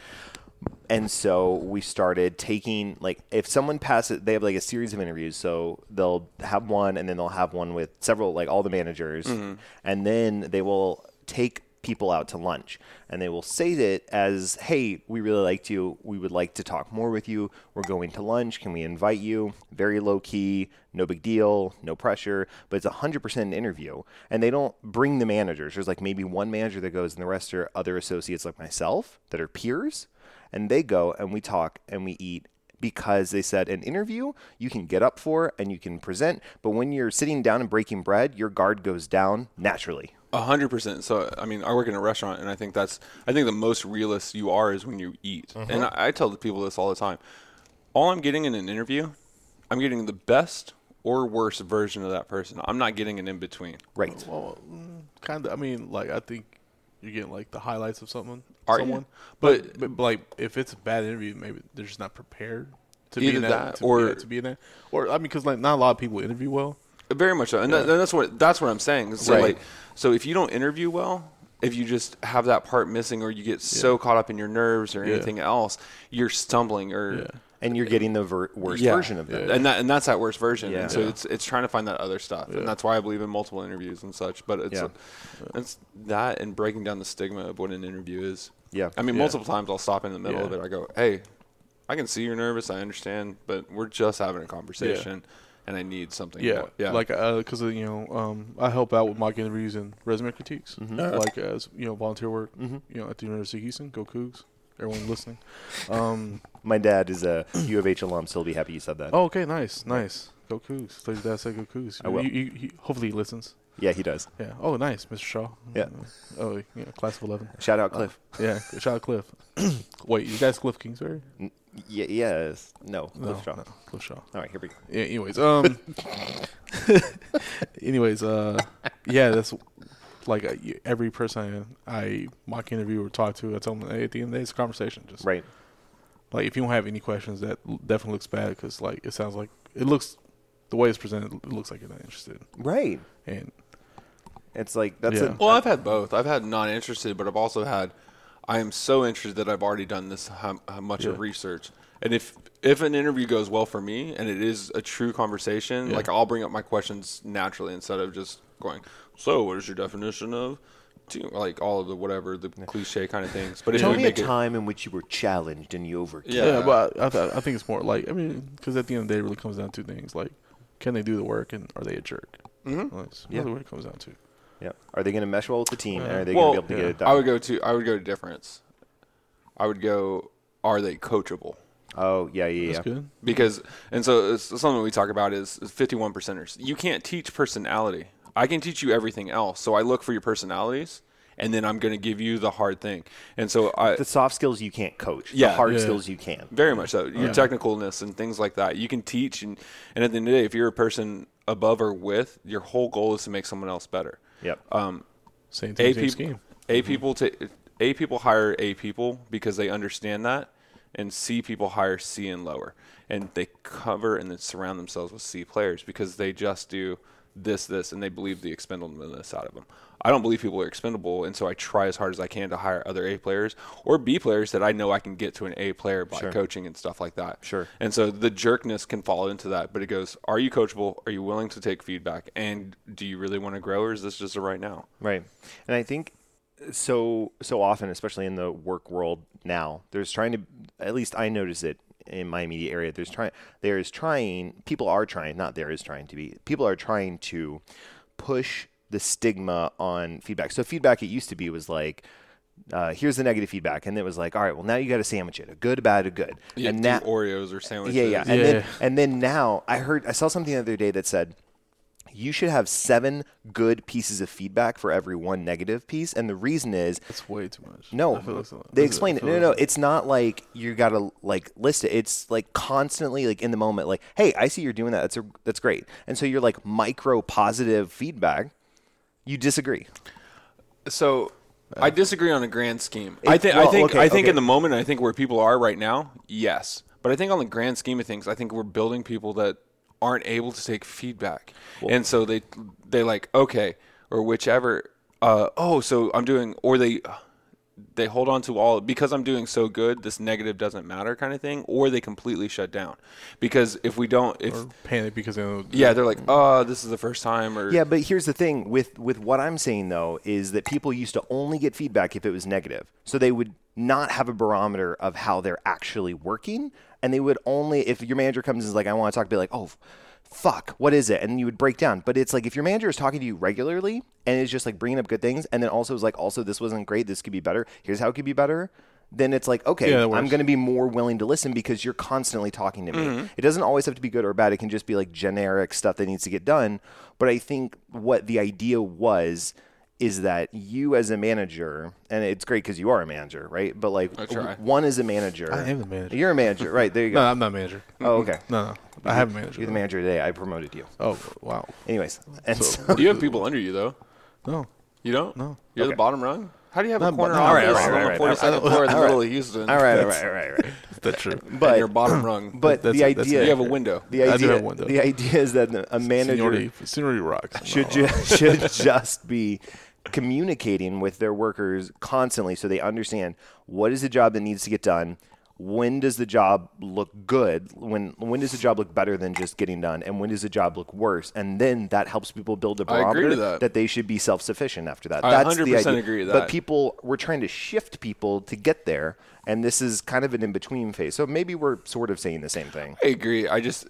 And so we started taking like if someone passes, they have like a series of interviews. So they'll have one, and then they'll have one with several, like all the managers, and then they will take people out to lunch, and they will say it as, "Hey, we really liked you. We would like to talk more with you. We're going to lunch. Can we invite you?" Very low key, no big deal, no pressure, but it's a hundred percent interview, and they don't bring the managers. There's like maybe one manager that goes, and the rest are other associates like myself that are peers and they go and we talk and we eat because they said an interview you can get up for and you can present but when you're sitting down and breaking bread your guard goes down naturally
A hundred percent. So I mean, I work in a restaurant, and I think that's I think the most realist you are is when you eat. And I, I tell the people this all the time. All I'm getting in an interview, I'm getting the best or worst version of that person. I'm not getting an in between.
right
Well, kind of. I mean, like, I think you're getting, like, the highlights of someone.
Are you?
someone.
But-
But, but, like, if it's a bad interview, maybe they're just not prepared to be
Either
in that,
that
to,
or-
yeah, to be in that. Or, I mean, because, like, not a lot of people interview well.
Very much so, and, that, and that's what that's what I'm saying. So
Right.
like, so if you don't interview well, if you just have that part missing, or you get so caught up in your nerves or anything else, you're stumbling or.
Yeah.
and you're getting the ver- worst version of them
And that and that's that worst version.
Yeah.
And so
Yeah.
it's it's trying to find that other stuff. And that's why I believe in multiple interviews and such. But it's uh,
Yeah.
it's that and breaking down the stigma of what an interview is.
Yeah.
I mean
Yeah.
multiple times I'll stop in the middle of
Yeah.
it. I go, Hey, I can see you're nervous, I understand, but we're just having a conversation and I need something.
Yeah,
more." Yeah.
Like, because you know, um, I help out with mock interviews and resume critiques,
Mm-hmm.
like as you know, volunteer work. You know, at the University of Houston, go Cougs! Everyone listening. Um,
my dad is a u of h alum so he'll be happy you said that
oh, okay, nice, nice. Go Cougs! Please, Dad, say go Cougs!
I will.
You- you- he- hopefully, he listens.
yeah he does
Yeah. Oh, nice, Mr. Shaw.
Yeah.
Oh, yeah, class of eleven. Uh,
shout out cliff
Yeah. Shout out Cliff. Wait, you guys Cliff Kingsbury?
N- y- yes no,
No,
Cliff Strong.
Oh. no, Cliff Shaw.
all right here we go
Yeah, anyways, um, anyways, uh, yeah, that's like I, every person I, I mock interview or talk to, I tell them hey, at the end of the day, it's a conversation. Just
Right.
like if you don't have any questions, that l- definitely looks bad because like it sounds like it looks the way it's presented. It looks like you're not interested,
Right.
and
It's like that's
Yeah.
a,
Well, I've had both. I've had not interested, but I've also had I am so interested that I've already done this how, how much of
Yeah.
research. And if if an interview goes well for me and it is a true conversation,
Yeah.
like I'll bring up my questions naturally instead of just going, "So, what is your definition of?" Two? Like all of the whatever the cliche kind of things. But
Tell
if we
me a
make it,
time in which you were challenged and you overcame.
Yeah.
Yeah, but I, I, th- I think it's more like I mean, because at the end of the day, it really comes down to two things: like, can they do the work, and are they a jerk? Mm-hmm. That's
Yeah.
really what it comes down to.
Yeah. Are they going to mesh well with the team? and are they
well,
going to be able to get
yeah.
it done?
I would go to I would go to difference. I would go. Are they coachable?
oh yeah, yeah, yeah.
That's good.
because and so it's something we talk about is 51 percenters you can't teach personality i can teach you everything else so i look for your personalities and then i'm going to give you the hard thing and so i
The soft skills you can't coach.
Yeah.
the hard
Yeah.
skills you can.
very much so your technicalness and things like that you can teach and, and at the end of the day if you're a person above or with your whole goal is to make someone else better
Yep.
Same
a
team, same
people
scheme.
a people ta a people hire a people because they understand that and c people hire c and lower and they cover and then surround themselves with c players because they just do this this and they believe the expendableness out of them i don't believe people are expendable and so i try as hard as i can to hire other a players or b players that i know i can get to an a player by coaching and stuff like that
Sure.
and so the jerkness can fall into that but it goes are you coachable are you willing to take feedback and do you really want to grow or is this just a right now
Right. And I think so so often, especially in the work world now, there's trying to at least I notice it in my immediate area, there's trying there is trying people are trying, not there is trying to be people are trying to push the stigma on feedback. So feedback it used to be was like uh, here's the negative feedback, and it was like, all right, well now you got to sandwich it, a good, a bad, a good,
Yeah,
and
do
that
Oreos or sandwiches.
Yeah, yeah. And then
Yeah.
and then now I heard I saw something the other day that said you should have seven good pieces of feedback for every one negative piece, and the reason is
That's way too much.
no,
I feel like so-
they
I
explain it.
feel
No, no, no,
like so-
it's not like you gotta like list it. It's like constantly like in the moment, like, hey, I see you're doing that. That's a, that's great. And so you're like micro positive feedback. You disagree.
So I disagree on a grand scheme. I think
well,
I think
okay,
I think
okay.
in the moment I think where people are right now, yes. But I think on the grand scheme of things, I think we're building people that aren't able to take feedback. and so they they like, okay, or whichever uh, oh, so I'm doing or they they hold on to all because I'm doing so good, this negative doesn't matter kind of thing, or they completely shut down. Because if we don't if
Or panic because they know,
yeah, they're like, "Oh, this is the first time," or
Yeah, but here's the thing with with what I'm saying though is that people used to only get feedback if it was negative, so they would not have a barometer of how they're actually working, and they would only if your manager comes and is like, "I want to talk," be like, "Oh." f- Fuck, what is it? And you would break down. But it's like if your manager is talking to you regularly and is just like bringing up good things, and then also is like, also, this wasn't great. This could be better. Here's how it could be better. Then it's like, okay,
Yeah, that
I'm
works.
going to be more willing to listen because you're constantly talking to me.
Mm-hmm.
It doesn't always have to be good or bad. It can just be like generic stuff that needs to get done. But I think what the idea was is that you as a manager, and it's great because you are a manager, right? But like
try.
one is a manager.
I am the manager.
You're a manager, right? There you
no,
go.
I'm not a manager.
Oh, okay.
No, no, I have a manager.
You're the manager today. I promoted you.
Oh wow.
Anyways, and so,
you have people under you though.
No,
You don't?
No.
You're the bottom rung? How do you have a
Not
corner
bottom-
office
All right, all right, all
on
right,
the 42nd floor in the middle of Houston?
all right, all right, all right, all right.
that's true.
And
But
you're bottom rung.
but
That's-
the
that's-
idea
you have a window.
the
I do
idea
have one, though.
the idea is that a manager
Seniority, seniority rocks. Uh,
should
No.
ju- should just be communicating with their workers constantly so they understand what is the job that needs to get done when does the job look good when when does the job look better than just getting done and when does the job look worse and then that helps people build a
I agree
barometer
to that.
they should be self-sufficient after that
I
that's
100%
the idea
agree with
but
that.
people we're trying to shift people to get there and this is kind of an in-between phase so maybe we're sort of saying the same thing
I agree. I just,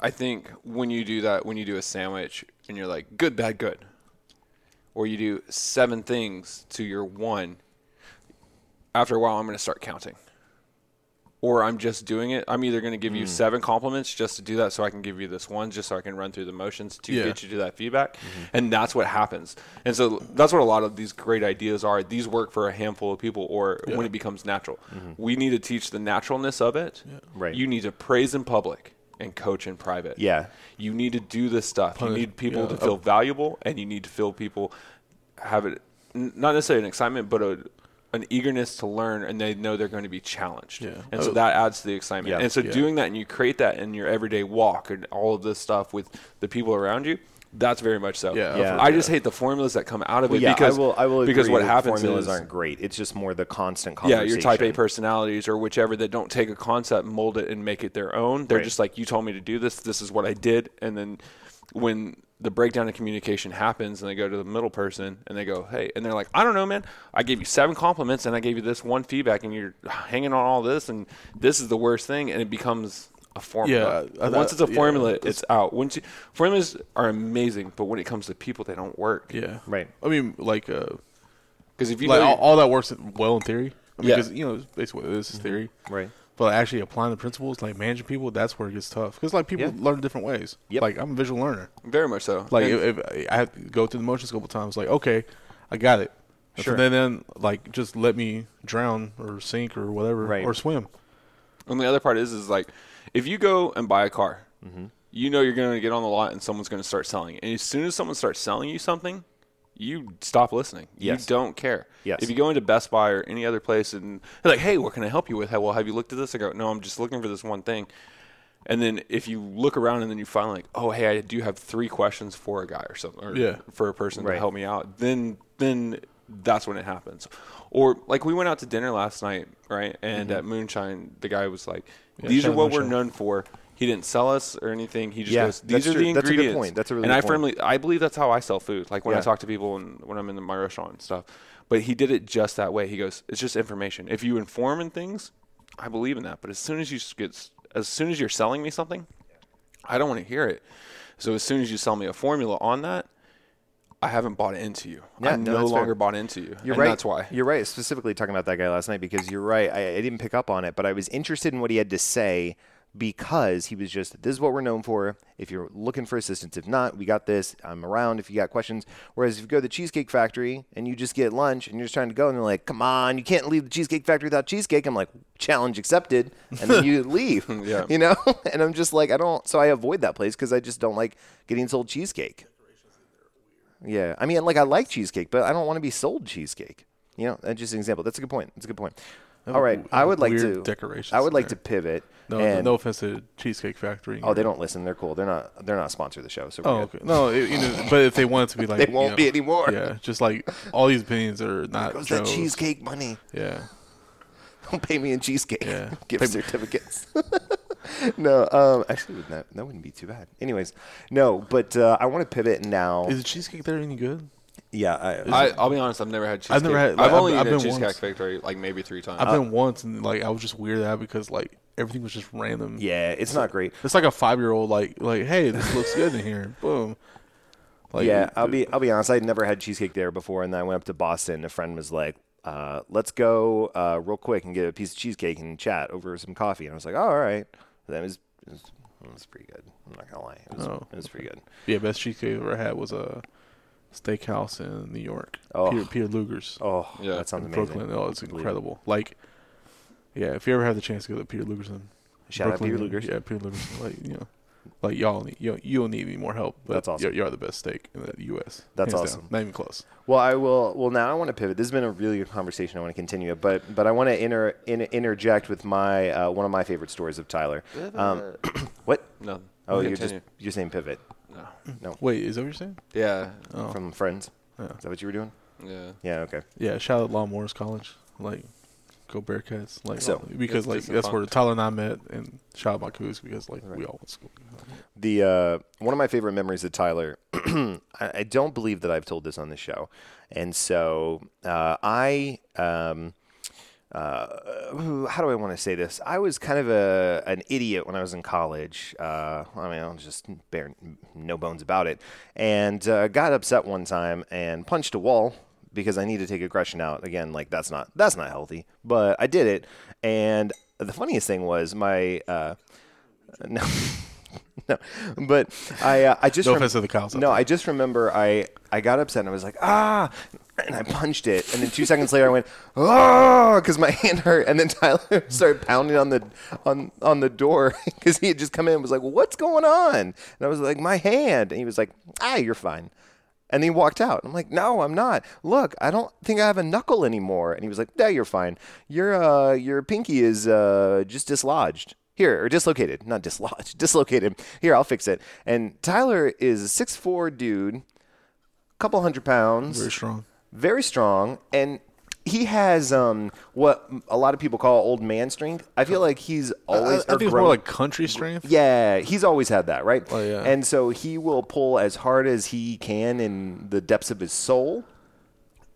I think when you do that, when you do a sandwich and you're like, good, bad, good, or you do seven things to your one, after a while, I'm going to start counting. Or I'm just doing it. I'm either going to give you seven compliments just to do that so I can give you this one, just so I can run through the motions to
Yeah.
get you to that feedback. And that's what happens. And so that's what a lot of these great ideas are. These work for a handful of people or when it becomes natural. We need to teach the naturalness of it.
Right.
You need to praise in public and coach in private.
Yeah.
You need to do this stuff.
Punish-
you need people
yeah.
to feel valuable and you need to feel people have it n- not necessarily an excitement, but a an eagerness to learn, and they know they're going to be challenged,
Yeah.
and so
Oh.
that adds to the excitement.
Yeah.
And so
Yeah.
doing that, and you create that in your everyday walk and all of this stuff with the people around you. That's very much so.
Yeah.
Yeah.
I just hate the formulas that come out of it
yeah,
because
I will. I will agree
because what
that
happens
formulas
is
aren't great. It's just more the constant
yeah,
conversation.
your type A personalities or whichever that don't take a concept, mold it, and make it their own. They're
Right.
just like, you told me to do this. This is what I did. And then when the breakdown of communication happens, and they go to the middle person and they go, hey, and they're like, I don't know, man. I gave you seven compliments and I gave you this one feedback, and you're hanging on all this, and this is the worst thing, and it becomes. A formula.
Yeah, I-
Once it's a
yeah,
formula, it's out. Once you, formulas are amazing, but when it comes to people, they don't work.
Yeah.
Right.
I mean, like, uh,
Because if you
like
know
all,
your-
all that works well in theory. I mean,
Yeah.
'cause, you know, it's basically what it is, it's theory.
Right.
But actually applying the principles, like managing people, that's where it gets tough. Because like people
Yeah.
learn different ways.
Yep.
Like I'm a visual learner.
very much so.
Like
And-
if, if I have to go through the motions a couple times, like okay, I got it. And
Sure.
So then, then like just let me drown or sink or whatever
Right.
or swim.
And the other part is, is like, if you go and buy a car,
Mm-hmm.
you know you're going to get on the lot and someone's going to start selling it. And as soon as someone starts selling you something, you stop listening.
Yes.
You don't care.
Yes.
If you go into Best Buy or any other place and they're like, hey, what can I help you with? Hey, well, have you looked at this? I go, no, I'm just looking for this one thing. And then if you look around and then you find like, oh, hey, I do have three questions for a guy or something, or
Yeah.
for a person
Right.
to help me out, then then that's when it happens. Or like we went out to dinner last night, right? And
Mm-hmm.
at Moonshine, the guy was like, "These
shout
are
out
what we're
Moonshine.
known for." He didn't sell us or anything. He just
Yeah,
goes, "These
that's
are
true.
the
That's a good
ingredients."
point. That's a really
and
good
I
point.
firmly, I believe that's how I sell food. Like when
Yeah.
I talk to people and when I'm in my restaurant and stuff. But he did it just that way. He goes, "It's just information. If you inform in things, I believe in that. But as soon as you s- get, s- as soon as you're selling me something, I don't want to hear it. So as soon as you sell me a formula on that, I haven't bought into you.
Yeah,
I'm
no,
no,
that's fair.
longer bought into you.
You're
and
right.
That's why.
You're right. Specifically talking about that guy last night because you're right. I, I didn't pick up on it, but I was interested in what he had to say because he was just, this is what we're known for. If you're looking for assistance, if not, we got this. I'm around if you got questions. Whereas if you go to the Cheesecake Factory and you just get lunch and you're just trying to go and they're like, come on, you can't leave the Cheesecake Factory without cheesecake. I'm like, challenge accepted. And then you leave.
Yeah.
You know? And I'm just like, I don't, so I avoid that place because I just don't like getting sold cheesecake. Yeah, I mean, like I like cheesecake, but I don't want to be sold cheesecake. You know, that's just an example. That's a good point. That's a good point. All right,
w-
I would like
weird
to
decorations
I would
in
like
there.
to pivot.
No,
and,
no offense to Cheesecake Factory.
Oh, they don't listen. They're cool. They're not. They're not sponsored the show. So we're
Oh,
good.
okay. No, it, you know, but if they want it to be like,
They
you
won't
know,
be anymore.
Yeah, just like all these opinions are not
Goes that
Joe's.
cheesecake money.
Yeah,
Don't pay me in cheesecake.
Yeah.
Give
Pay me-
certificates. no, um, actually, wouldn't that that wouldn't be too bad. Anyways, no, but uh, I want to pivot now.
is the cheesecake there any good?
yeah, I,
I, I'll be honest. I've never had cheesecake.
I've never had-
I've
I've-
only
I've
eaten
been
cheesecake
once.
factory like maybe three times.
Uh,
I've been once and like I was just weirded out because like everything was just random.
yeah, it's not great.
It's like a five year old like like hey this looks good in here boom. Like,
yeah, I'll be I'll be honest. I'd never had cheesecake there before, and then I went up to Boston. And a friend was like, uh, "Let's go uh, real quick and get a piece of cheesecake and chat over some coffee." And I was like, "Oh, "All right." That was it was, it was pretty good. I'm not gonna lie, it was,
Oh.
it was pretty good.
Yeah, best cheesecake I ever had was a steakhouse in New York.
Oh.
Peter, Peter Luger's
Oh,
Yeah.
that sounds
in
amazing.
Brooklyn. Oh, it's incredible. Like, yeah, if you ever have the chance to go to Peter Luger's in
Shout out
Brooklyn,
Peter Luger's.
Yeah, Peter Luger's. Like you know, like y'all need you you don't need any more help. But
That's awesome.
You're, you're the best steak in the U.S.
That's
hands
awesome.
Down. Not even close.
Well, I will. Well, now I want to pivot. This has been a really good conversation. I want to continue it, but but I want to inter, in, interject with my uh, one of my favorite stories of Tyler. Um, what?
no.
Oh,
you
you're just you're saying pivot
No.
Wait, is that what you're saying?
Yeah.
Oh.
from Friends.
Yeah.
Is that what you were doing?
Yeah.
Yeah. Okay.
Yeah, shout out Law Morris College. Like, go Bearcats. Like,
So,
that's
because like
just a
that's
fun-
where Tyler and I met, and shout out my coos because like we all went to school.
the uh, one of my favorite memories of Tyler. I, I don't believe that I've told this on the show, and so uh, I. Um, uh, how do I want to say this? I was kind of a an idiot when I was in college. Uh, I mean, I'll just bare no bones about it, and uh, got upset one time and punched a wall because I need to take aggression out again. Like that's not that's not healthy, but I did it. And the funniest thing was my uh, no. No, but I uh, I just
No offense to the cows out
No,
there.
I just remember I I got upset and I was like ah, and I punched it, and then two seconds later I went oh because my hand hurt, and then Tyler started pounding on the on on the door because he had just come in and was like what's going on, and I was like my hand, and he was like ah you're fine, And he walked out. I'm like, no, I'm not. Look, I don't think I have a knuckle anymore. And he was like, no, you're fine. Your uh, your pinky is uh, just dislodged here or dislocated, not dislodged, dislocated. Here, I'll fix it. And Tyler is a six four dude, couple hundred pounds
Very strong.
very strong, and he has um, what a lot of people call old man strength. I feel like he's
I, I
always or
think it's more
grown-
like country strength.
yeah, he's always had that, right?
Oh, yeah.
And so he will pull as hard as he can in the depths of his soul,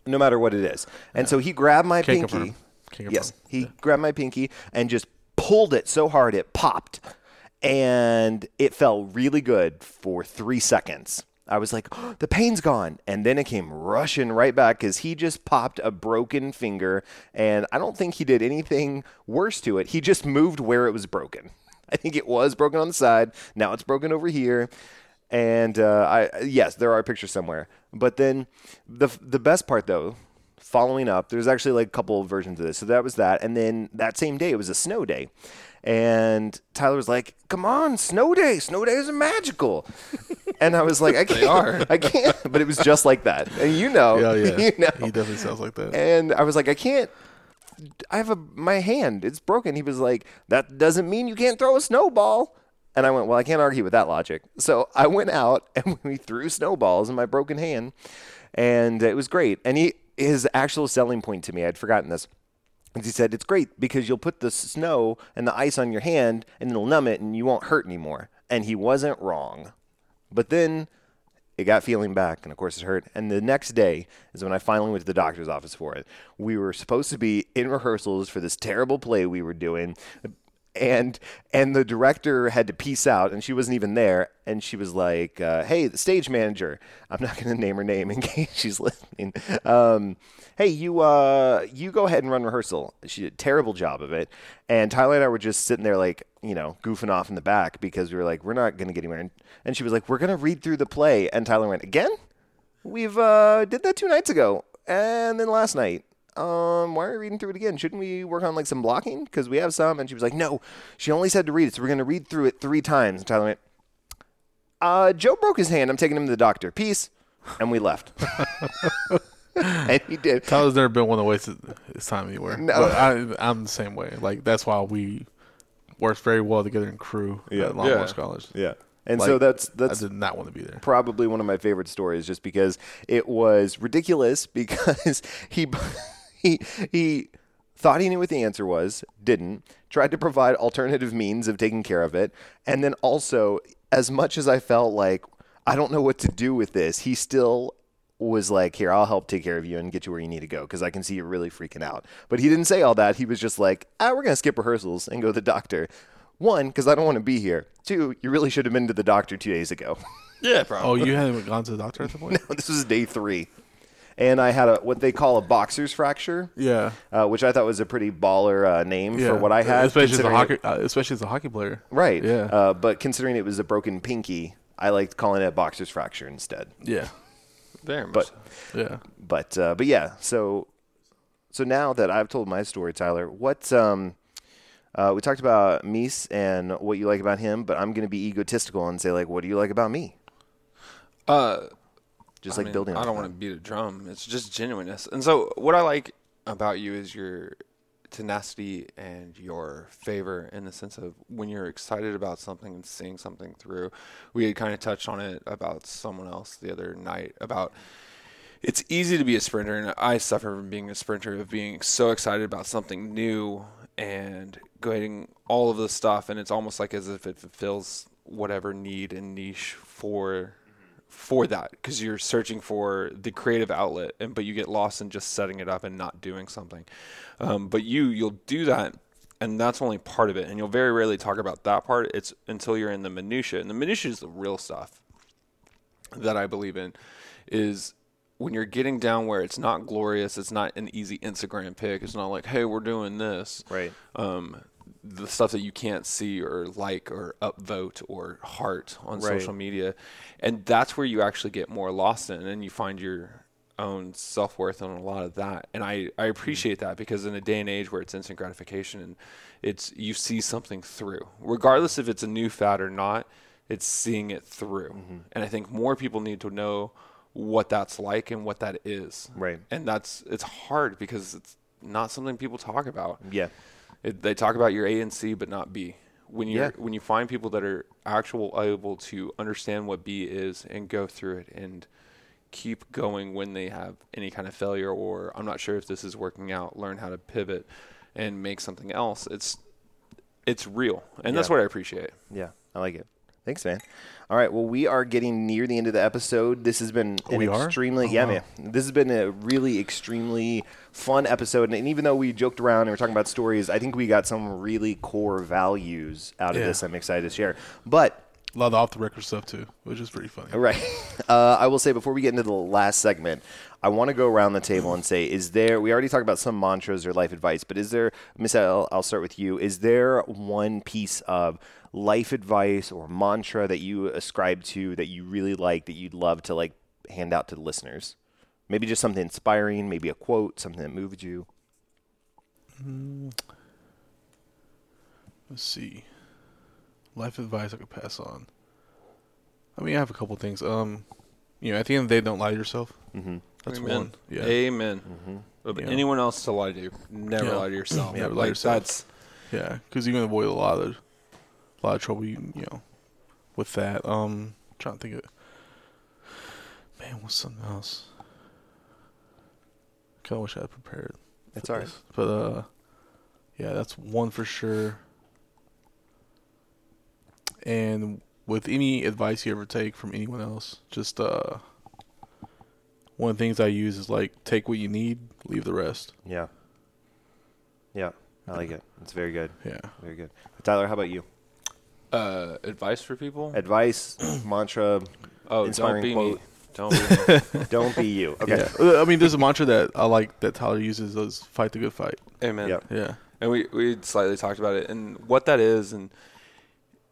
no matter what it is. And so he grabbed my
Can't
pinky.
confirm. Can't confirm.
yes, he grabbed my pinky and just pulled it so hard it popped, and it felt really good for three seconds. I was like, the pain's gone. And then it came rushing right back because he just popped a broken finger. And I don't think he did anything worse to it. He just moved where it was broken. I think it was broken on the side. Now it's broken over here. And uh, I yes, there are pictures somewhere. But then the the best part though, following up, there's actually like a couple of versions of this. So that was that. And then that same day, it was a snow day. And Tyler was like, "Come on, snow day! Snow days are magical." And I was like, "I can't,
are.
I can't." But it was just like that, and you know,
Yeah, yeah.
you know,
He definitely sounds like that.
and I was like, I can't. I have a my hand. It's broken. He was like, that doesn't mean you can't throw a snowball. And I went, well, I can't argue with that logic. So I went out and we threw snowballs in my broken hand, and it was great. And he his actual selling point to me, I'd forgotten this. is He said it's great because you'll put the snow and the ice on your hand and it'll numb it and you won't hurt anymore. And he wasn't wrong. But then it got feeling back, and of course it hurt. And the next day is when I finally went to the doctor's office for it. We were supposed to be in rehearsals for this terrible play we were doing, and and the director had to peace out, and she wasn't even there. And she was like, uh, "Hey, the stage manager, I'm not going to name her name in case she's listening. Um, hey, you uh, you go ahead and run rehearsal." She did a terrible job of it, and Tyler and I were just sitting there like you know, goofing off in the back because we were like, we're not going to get anywhere. And, and she was like, we're going to read through the play. And Tyler went, again? We've uh, did that two nights ago and then last night. Um, why are we reading through it again? Shouldn't we work on like some blocking? Because we have some. And she was like, no, she only said to read it. So we're going to read through it three times. And Tyler went, uh, Joe broke his hand. I'm taking him to the doctor. Peace. And we left. and he did.
Tyler's never been one that wastes his time anywhere.
No.
But I, I'm the same way. Like that's why we worked very well together in crew
Yeah.
at Longmore
Yeah.
College.
Yeah. And
Like,
so that's that's
I did not want to be there.
probably one of my favorite stories just because it was ridiculous because he he he thought he knew what the answer was, didn't, tried to provide alternative means of taking care of it, and then also as much as I felt like I don't know what to do with this, he still was like, "Here, I'll help take care of you and get you where you need to go because I can see you're really freaking out." But he didn't say all that. He was just like, "Ah, we're gonna skip rehearsals and go to the doctor." One, because I don't want to be here. Two, you really should have been to the doctor two days ago.
Yeah, probably.
Oh, you hadn't gone to the doctor at the point?
this was day three, and I had a what they call a boxer's fracture,
Yeah.
uh, which I thought was a pretty baller uh, name
yeah.
for what I had.
especially as a
considering
hockey,
it-
uh, especially as a hockey player.
right?
Yeah.
Uh, but considering it was a broken pinky, I liked calling it a boxer's fracture instead.
yeah.
there,
But
Yeah.
but uh, but yeah, so so now that I've told my story, Tyler, what um. Uh, we talked about Meese and what you like about him, but I'm going to be egotistical and say, like, what do you like about me?
uh,
Just
I
like
mean,
building.
I
off
don't
that.
want to beat a drum. It's just genuineness. And so, what I like about you is your tenacity and your favor in the sense of when you're excited about something and seeing something through. We had kind of touched on it about someone else the other night about it's easy to be a sprinter, and I suffer from being a sprinter of being so excited about something new and getting all of this stuff, and it's almost like as if it fulfills whatever need and niche for for that because you're searching for the creative outlet, and but you get lost in just setting it up and not doing something. Um, but you you'll do that. And that's only part of it, and you'll very rarely talk about that part. It's until you're in the minutia, and the minutia is the real stuff that I believe in is when you're getting down where it's not glorious, it's not an easy Instagram pic, it's not like, hey, we're doing this.
Right.
Um, the stuff that you can't see or like or upvote or heart on
Right.
social media. And that's where you actually get more lost in and you find your own self worth on a lot of that. And I,
Mm-hmm.
I appreciate that because in a day and age where it's instant gratification and it's you see something through. Regardless if
Mm-hmm.
it's a new fad or not, it's seeing it through. And I think more people need to know what that's like and what that is.
Right.
And that's it's hard because it's not something people talk about.
Yeah.
It, they talk about your A and C, but not B. When you
Yeah.
are when you find people that are actual able to understand what B is and go through it and keep going when they have any kind of failure or I'm not sure if this is working out, learn how to pivot and make something else. It's it's real, and that's
Yeah.
what I appreciate.
Yeah. I like it. Thanks, man. All right. Well, we are getting near the end of the episode. This has been an
we are?
extremely,
Oh,
yeah,
wow.
man. This has been a really extremely fun episode. And even though we joked around and we're talking about stories, I think we got some really core values out of
Yeah.
this. I'm excited to share. But
A lot of off the record stuff too, which is pretty funny.
Right. Uh, I will say before we get into the last segment, I want to go around the table and say, is there? We already talked about some mantras or life advice, but is there, Miss L? I'll start with you. Is there one piece of life advice or mantra that you ascribe to that you really like that you'd love to like hand out to the listeners? Maybe just something inspiring, maybe a quote, something that moved you.
Let's see. Life advice I could pass on. I mean, I have a couple things. Um, you know, at the end of the day, don't lie to yourself. Mm-hmm. That's
Amen.
one. Yeah.
Amen. Of
Mm-hmm. Yeah.
Anyone else to lie to you? Never
Yeah.
lie to yourself.
Never
like
lie to yourself.
that's
Yeah, because you can avoid a lot of a lot of trouble. You you know, with that. Um, trying to think of man, what's something else? Kind of wish I had prepared.
That's
for
all right.
this. But uh, yeah, that's one for sure. And with any advice you ever take from anyone else, just uh, one of the things I use is like take what you need, leave the rest.
Yeah. Yeah, I like it. It's very good.
Yeah.
Very good. Tyler, how about you?
uh, advice for people.
Advice, mantra,
oh,
inspiring
don't be
quote.
me. Don't be me.
don't be you. Okay.
Yeah. I mean, there's a mantra that I like that Tyler uses is fight the good fight.
Amen.
Yep.
Yeah.
and we we slightly talked about it and what that is and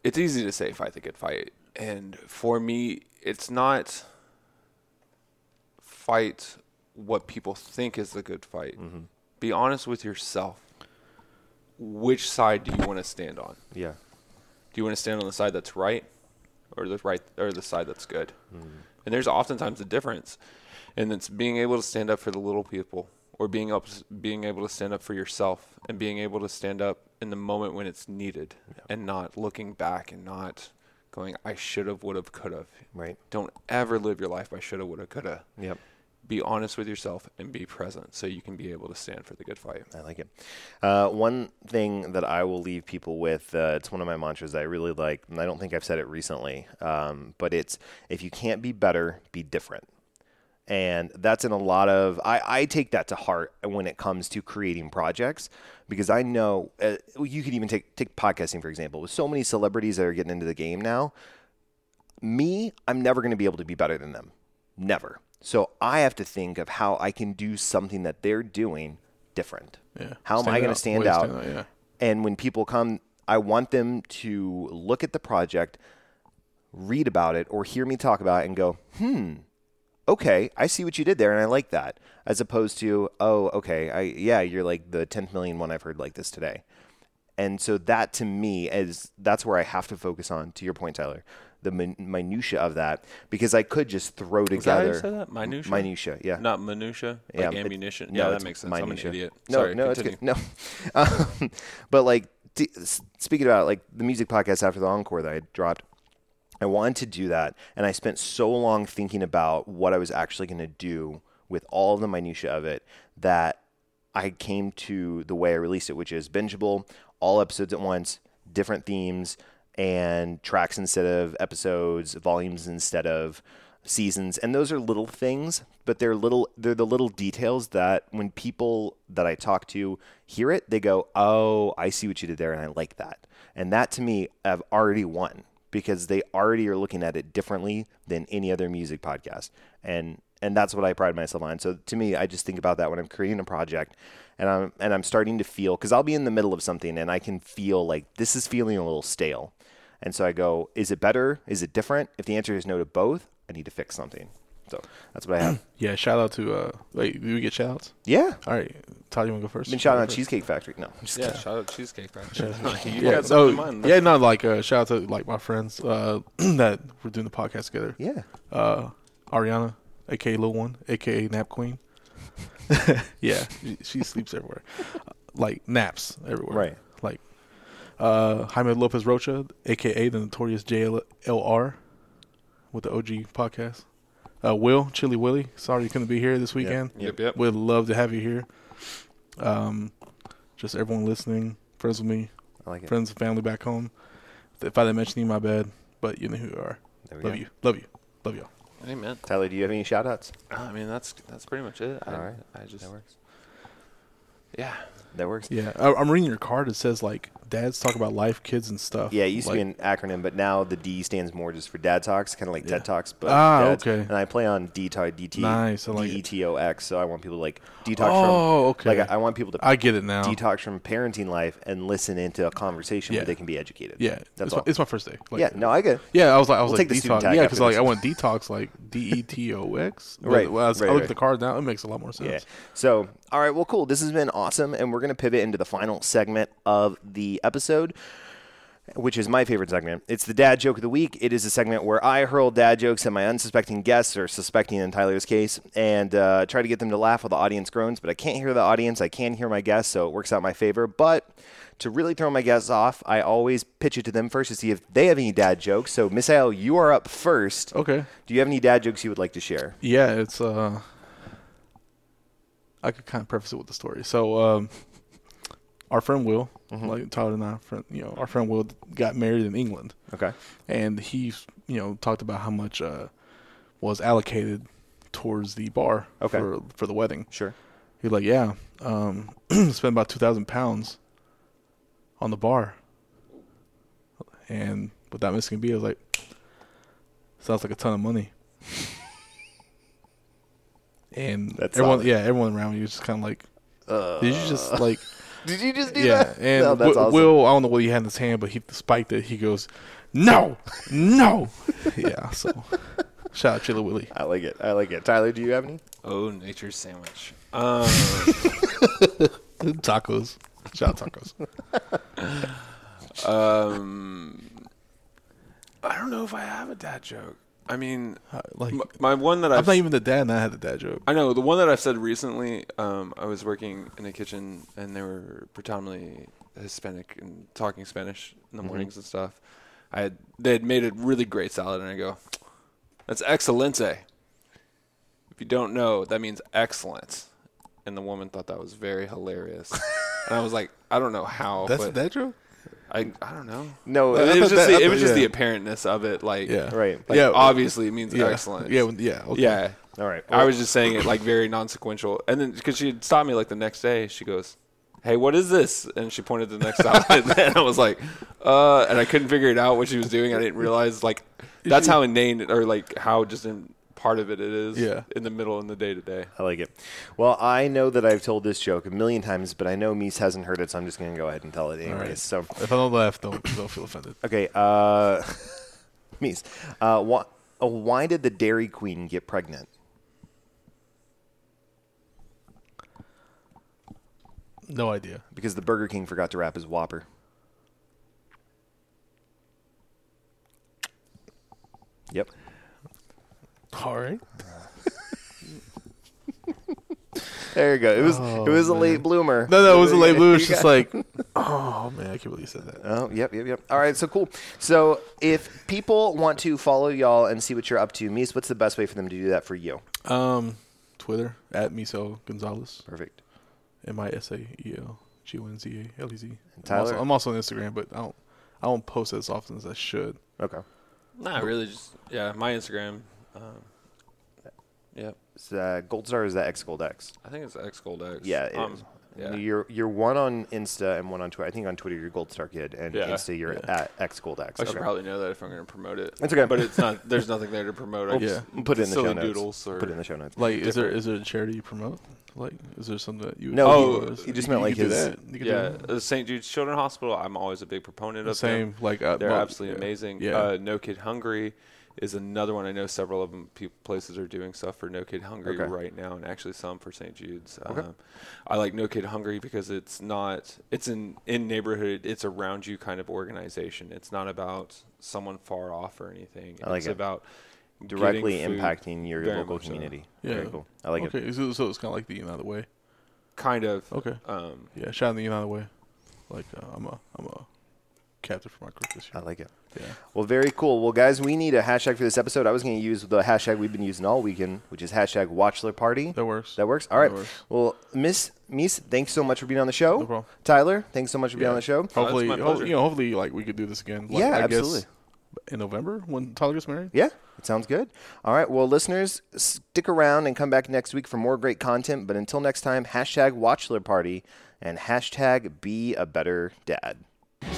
it's easy to say fight the good fight and for me it's not fight what people think is the good fight be honest with yourself which side do you want to stand on
Yeah.
do you want to stand on the side that's right or the right or the side that's good and there's oftentimes a difference and it's being able to stand up for the little people or being up being able to stand up for yourself and being able to stand up in the moment when it's needed and not looking back and not going i should have would have could have
Right.
don't ever live your life by should have would have could have
Yep.
be honest with yourself and be present so you can be able to stand for the good fight
I like it. Uh, one thing that I will leave people with, uh, it's one of my mantras that I really like, and I don't think I've said it recently, um, but it's if you can't be better, be different. And that's in a lot of, I, I take that to heart when it comes to creating projects because I know uh, you could even take, take podcasting, for example, with so many celebrities that are getting into the game now. me, I'm never going to be able to be better than them. Never. So I have to think of how I can do something that they're doing different.
Yeah.
How am I
Stand
going
out.
to stand
Way to
out?
stand out, yeah.
And when people come, I want them to look at the project, read about it, or hear me talk about it and go, hmm, okay, I see what you did there and I like that. As opposed to, oh, okay, I, yeah, you're like the 10th million one I've heard like this today. And so that to me is that's where I have to focus on. To your point, Tyler, the min- minutia of that because I could just throw
is that how
together
you say that minutia
minutia. Yeah,
not minutia
yeah,
like
it-
ammunition
no,
yeah that
it's
makes sense i'm
minutia.
an idiot
No,
Sorry,
no,
continue.
it's good. No, um, but like t- s- speaking about like the music podcast after the encore that I dropped, I wanted to do that, and I spent so long thinking about what I was actually going to do with all the minutia of it that I came to the way I released it, which is bingeable, all episodes at once, different themes, and tracks instead of episodes, volumes instead of seasons. And those are little things, but they're little they're the little details that when people that I talk to hear it, they go, "Oh, I see what you did there and I like that." And that to me I've already won because they already are looking at it differently than any other music podcast. And and that's what I pride myself on. So to me, I just think about that when I'm creating a project and I'm and I'm starting to feel cuz I'll be in the middle of something and I can feel like this is feeling a little stale. And so I go, is it better? Is it different? If the answer is no to both, I need to fix something. So that's what I have.
Yeah. Shout out to uh. Wait, do we get shout outs?
yeah.
All right, Tyler, you want to go first?
Been shouting out
First.
Cheesecake Factory. No. I'm just
Yeah,
kidding.
shout out Cheesecake Factory. you
Yeah,
got
Oh,
something in
no,
mind.
yeah, no, like uh, shout out to like my friends uh, that we're doing the podcast together.
Yeah.
Uh, Ariana, aka Lil One, aka Nap Queen. yeah, she, she sleeps everywhere, Uh, like naps everywhere.
Right.
Like uh, Jaime Lopez Rocha, aka the Notorious JLR, with the OG podcast. Uh, Will Chili Willie, sorry you couldn't be here this weekend.
Yep, yep.
Would love to have you here. Um, just everyone listening, friends with me,
I like it.
friends and family back home. If I didn't mention you, my bad. But you know who you are.
There we
Love
go.
you. Love you. Love y'all.
Amen.
Tyler, do you have any shout outs?
I mean, that's that's pretty much it. I,
All right.
I just
That works.
yeah.
That works.
Yeah, I, I'm reading your card. It says like dads talk about life, kids, and stuff.
Yeah, it used
like,
to be an acronym, but now the D stands more just for dad talks, kind of like TED
Yeah.
Talks. But
Ah,
dads.
okay.
And I play on D Talk, DT,
Nice, I like it.
DTOX, so I want people to like detox
Oh,
from.
okay.
Like I, I want people to
I get it now.
detox from parenting life and listen into a conversation where
Yeah.
they can be educated.
yeah,
that's
it's,
all.
My, it's my first day. Like,
yeah, no, I get. it.
Yeah, I was like, I was
We'll
like
take the student
detox.
tag
yeah,
after
because like
this.
I went detox like D E T O X. But
Right,
when I, was- I
right,
look
right.
at the card now. It makes a lot more sense.
Yeah. So, all right, well, cool. This has been awesome, and we're gonna pivot into the final segment of the episode. which is my favorite segment. It's the dad joke of the week. It is a segment where I hurl dad jokes at my unsuspecting guests, or suspecting in Tyler's case, and uh, try to get them to laugh while the audience groans. But I can't hear the audience. I can hear my guests, so it works out in my favor. But to really throw my guests off, I always pitch it to them first to see if they have any dad jokes. So, Miss Al, you are up first.
Okay.
Do you have any dad jokes you would like to share?
Yeah, it's uh I could kind of preface it with the story. So um our friend Will,
Mm-hmm.
like Todd and I, friend, you know, our friend Will got married in England
Okay.
and he, you know, talked about how much uh was allocated towards the bar
Okay.
for for the wedding.
Sure.
He's like, "Yeah, um spent about 2000 pounds on the bar." And without missing a beat, I was like, "Sounds like a ton of money." And
That's
everyone,
solid.
yeah, everyone around me was just kind of like, "Did you just like,
Did you just do
yeah?"
that?
And
no, that's
Wi-
awesome.
Will, I don't know what he had in his hand, but he spiked it. He goes, "No, no, yeah." So, shout out Chilla Willie.
I like it. I like it. Tyler, do you have any?
Oh, nature's sandwich. Um,
Tacos, shout out tacos.
um, I don't know if I have a dad joke. I mean,
Uh, Like,
m- my one that I've
I'm not even the dad, and I had the dad joke.
I know the one that I've said recently. Um, I was working in a kitchen, and they were predominantly Hispanic and talking Spanish in
Mm-hmm.
the mornings and stuff. I had they had made a really great salad, and I go, "That's excelente." If you don't know, that means excellence. And the woman thought that was very hilarious, and I was like, "I don't know how,
That's
but
the dad joke.
I I don't know."
No,
But it was
thought
just
that-
the,
I
it was
thought-
just the
yeah.
apparentness of it, like
Yeah.
Right.
like,
Yeah.
obviously it means
Yeah.
excellence.
Yeah. when- Yeah. okay.
yeah.
All right.
I was just saying it like very non-sequential, and then because she stopped me like the next day, she goes, "Hey, what is this?" And she pointed to the next salad, and I was like, "Uh," and I couldn't figure it out what she was doing. I didn't realize like that's how inane or like how just in part of it it is.
Yeah.
in the middle in the day to day.
I like it. Well, I know that I've told this joke a million times, but I know Mies hasn't heard it, so I'm just going to go ahead and tell it anyways.
right.
So,
If I don't laugh, don't don't feel offended.
okay, uh, Mies, uh, wh- uh, why did the Dairy Queen get pregnant?
No idea.
Because the Burger King forgot to wrap his Whopper. Yep.
All right.
There you go. It was it was a
Oh, man.
late bloomer.
No, no, it was a late blue. It's
You
just
got-
like, oh man, I can't believe you said that.
Oh, yep, yep, yep. All right, so cool. So if people want to follow y'all and see what you're up to, Mies, what's the best way for them to do that for you?
Um, Twitter at Miso Gonzalez,
Perfect.
M I S A E L G O N Z A L E Z. I'm
Tyler?
also, I'm also on Instagram, but I don't I don't post as often as I should.
Okay.
Nah, really, just yeah, my Instagram. Um, yeah,
Is that Gold Star or is that X Gold X?
I think it's X Gold X.
Yeah, it
Um,
is.
yeah.
You're you're one on Insta and one on Twitter. I think on Twitter you're Gold Star Kid and
Yeah.
Insta you're at X Gold X.
I should probably know that if I'm going to promote it.
It's okay.
but it's not. There's nothing there to promote. I
Yeah.
just
Put it in the
silly
show notes.
doodles or
Put it in the show notes.
Like, is there is there a charity you promote? Like, is there something that you?
No, he- he
Oh,
you
just
could-
meant
you
like
could do
his-
that. You could do
Yeah,
that.
uh, St. Jude's Children's Hospital. I'm always a big proponent of
same.
them.
Like, uh,
They're
well,
absolutely
yeah.
amazing.
Yeah.
Uh, no Kid Hungry is another one. I know several of them. People, places are doing stuff for No Kid Hungry
Okay.
right now, and actually some for St. Jude's. Um, I like No Kid Hungry because it's not. It's an in neighborhood. It's around you kind of organization. It's not about someone far off or anything.
I like
it's
it.
about
directly
food,
impacting your
very
local
much so.
community.
Yeah.
Very cool. I like it.
okay, so, so it's kind of like the United Way.
kind of.
Okay.
Um,
Yeah, shout out the United Way. Like uh, I'm a I'm a captain for my group this
I
year.
like it.
yeah.
Well, very cool. Well, guys, we need a hashtag for this episode. I was going to use the hashtag we've been using all weekend, which is hashtag Watchler Party.
That works.
That works. All right.
works.
Well, Miss Miss, thanks so much for being on the show.
No problem.
Tyler, thanks so much for being
Yeah.
on the show.
Hopefully,
my
ho-
pleasure.
you know, hopefully, like we could do this again. Like,
Yeah,
I
absolutely.
Guess in November when Tyler gets married.
Yeah, it sounds good. All right. Well, listeners, stick around and come back next week for more great content. But until next time, hashtag Watchler Party and hashtag Be a Better Dad.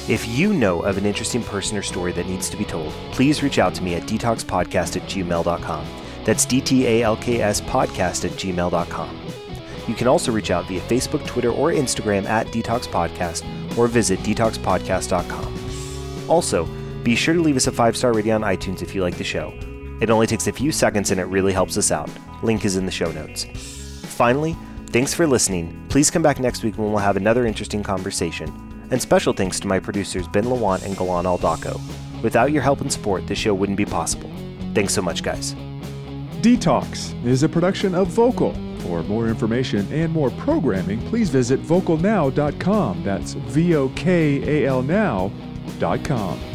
If you know of an interesting person or story that needs to be told, please reach out to me at detoxpodcast at gmail.com. That's D T A L K S podcast at gmail.com. You can also reach out via Facebook, Twitter, or Instagram at Detox Podcast or visit detoxpodcast.com. Also, be sure to leave us a five star rating on iTunes if you like the show. It only takes a few seconds and it really helps us out. Link is in the show notes. Finally, thanks for listening. Please come back next week when we'll have another interesting conversation. And special thanks to my producers Ben Lawant and Galan Aldaco. Without your help and support, this show wouldn't be possible. Thanks so much, guys.
Detox is a production of Vocal. For more information and more programming, please visit vocalnow.com. That's V O K A L now.com.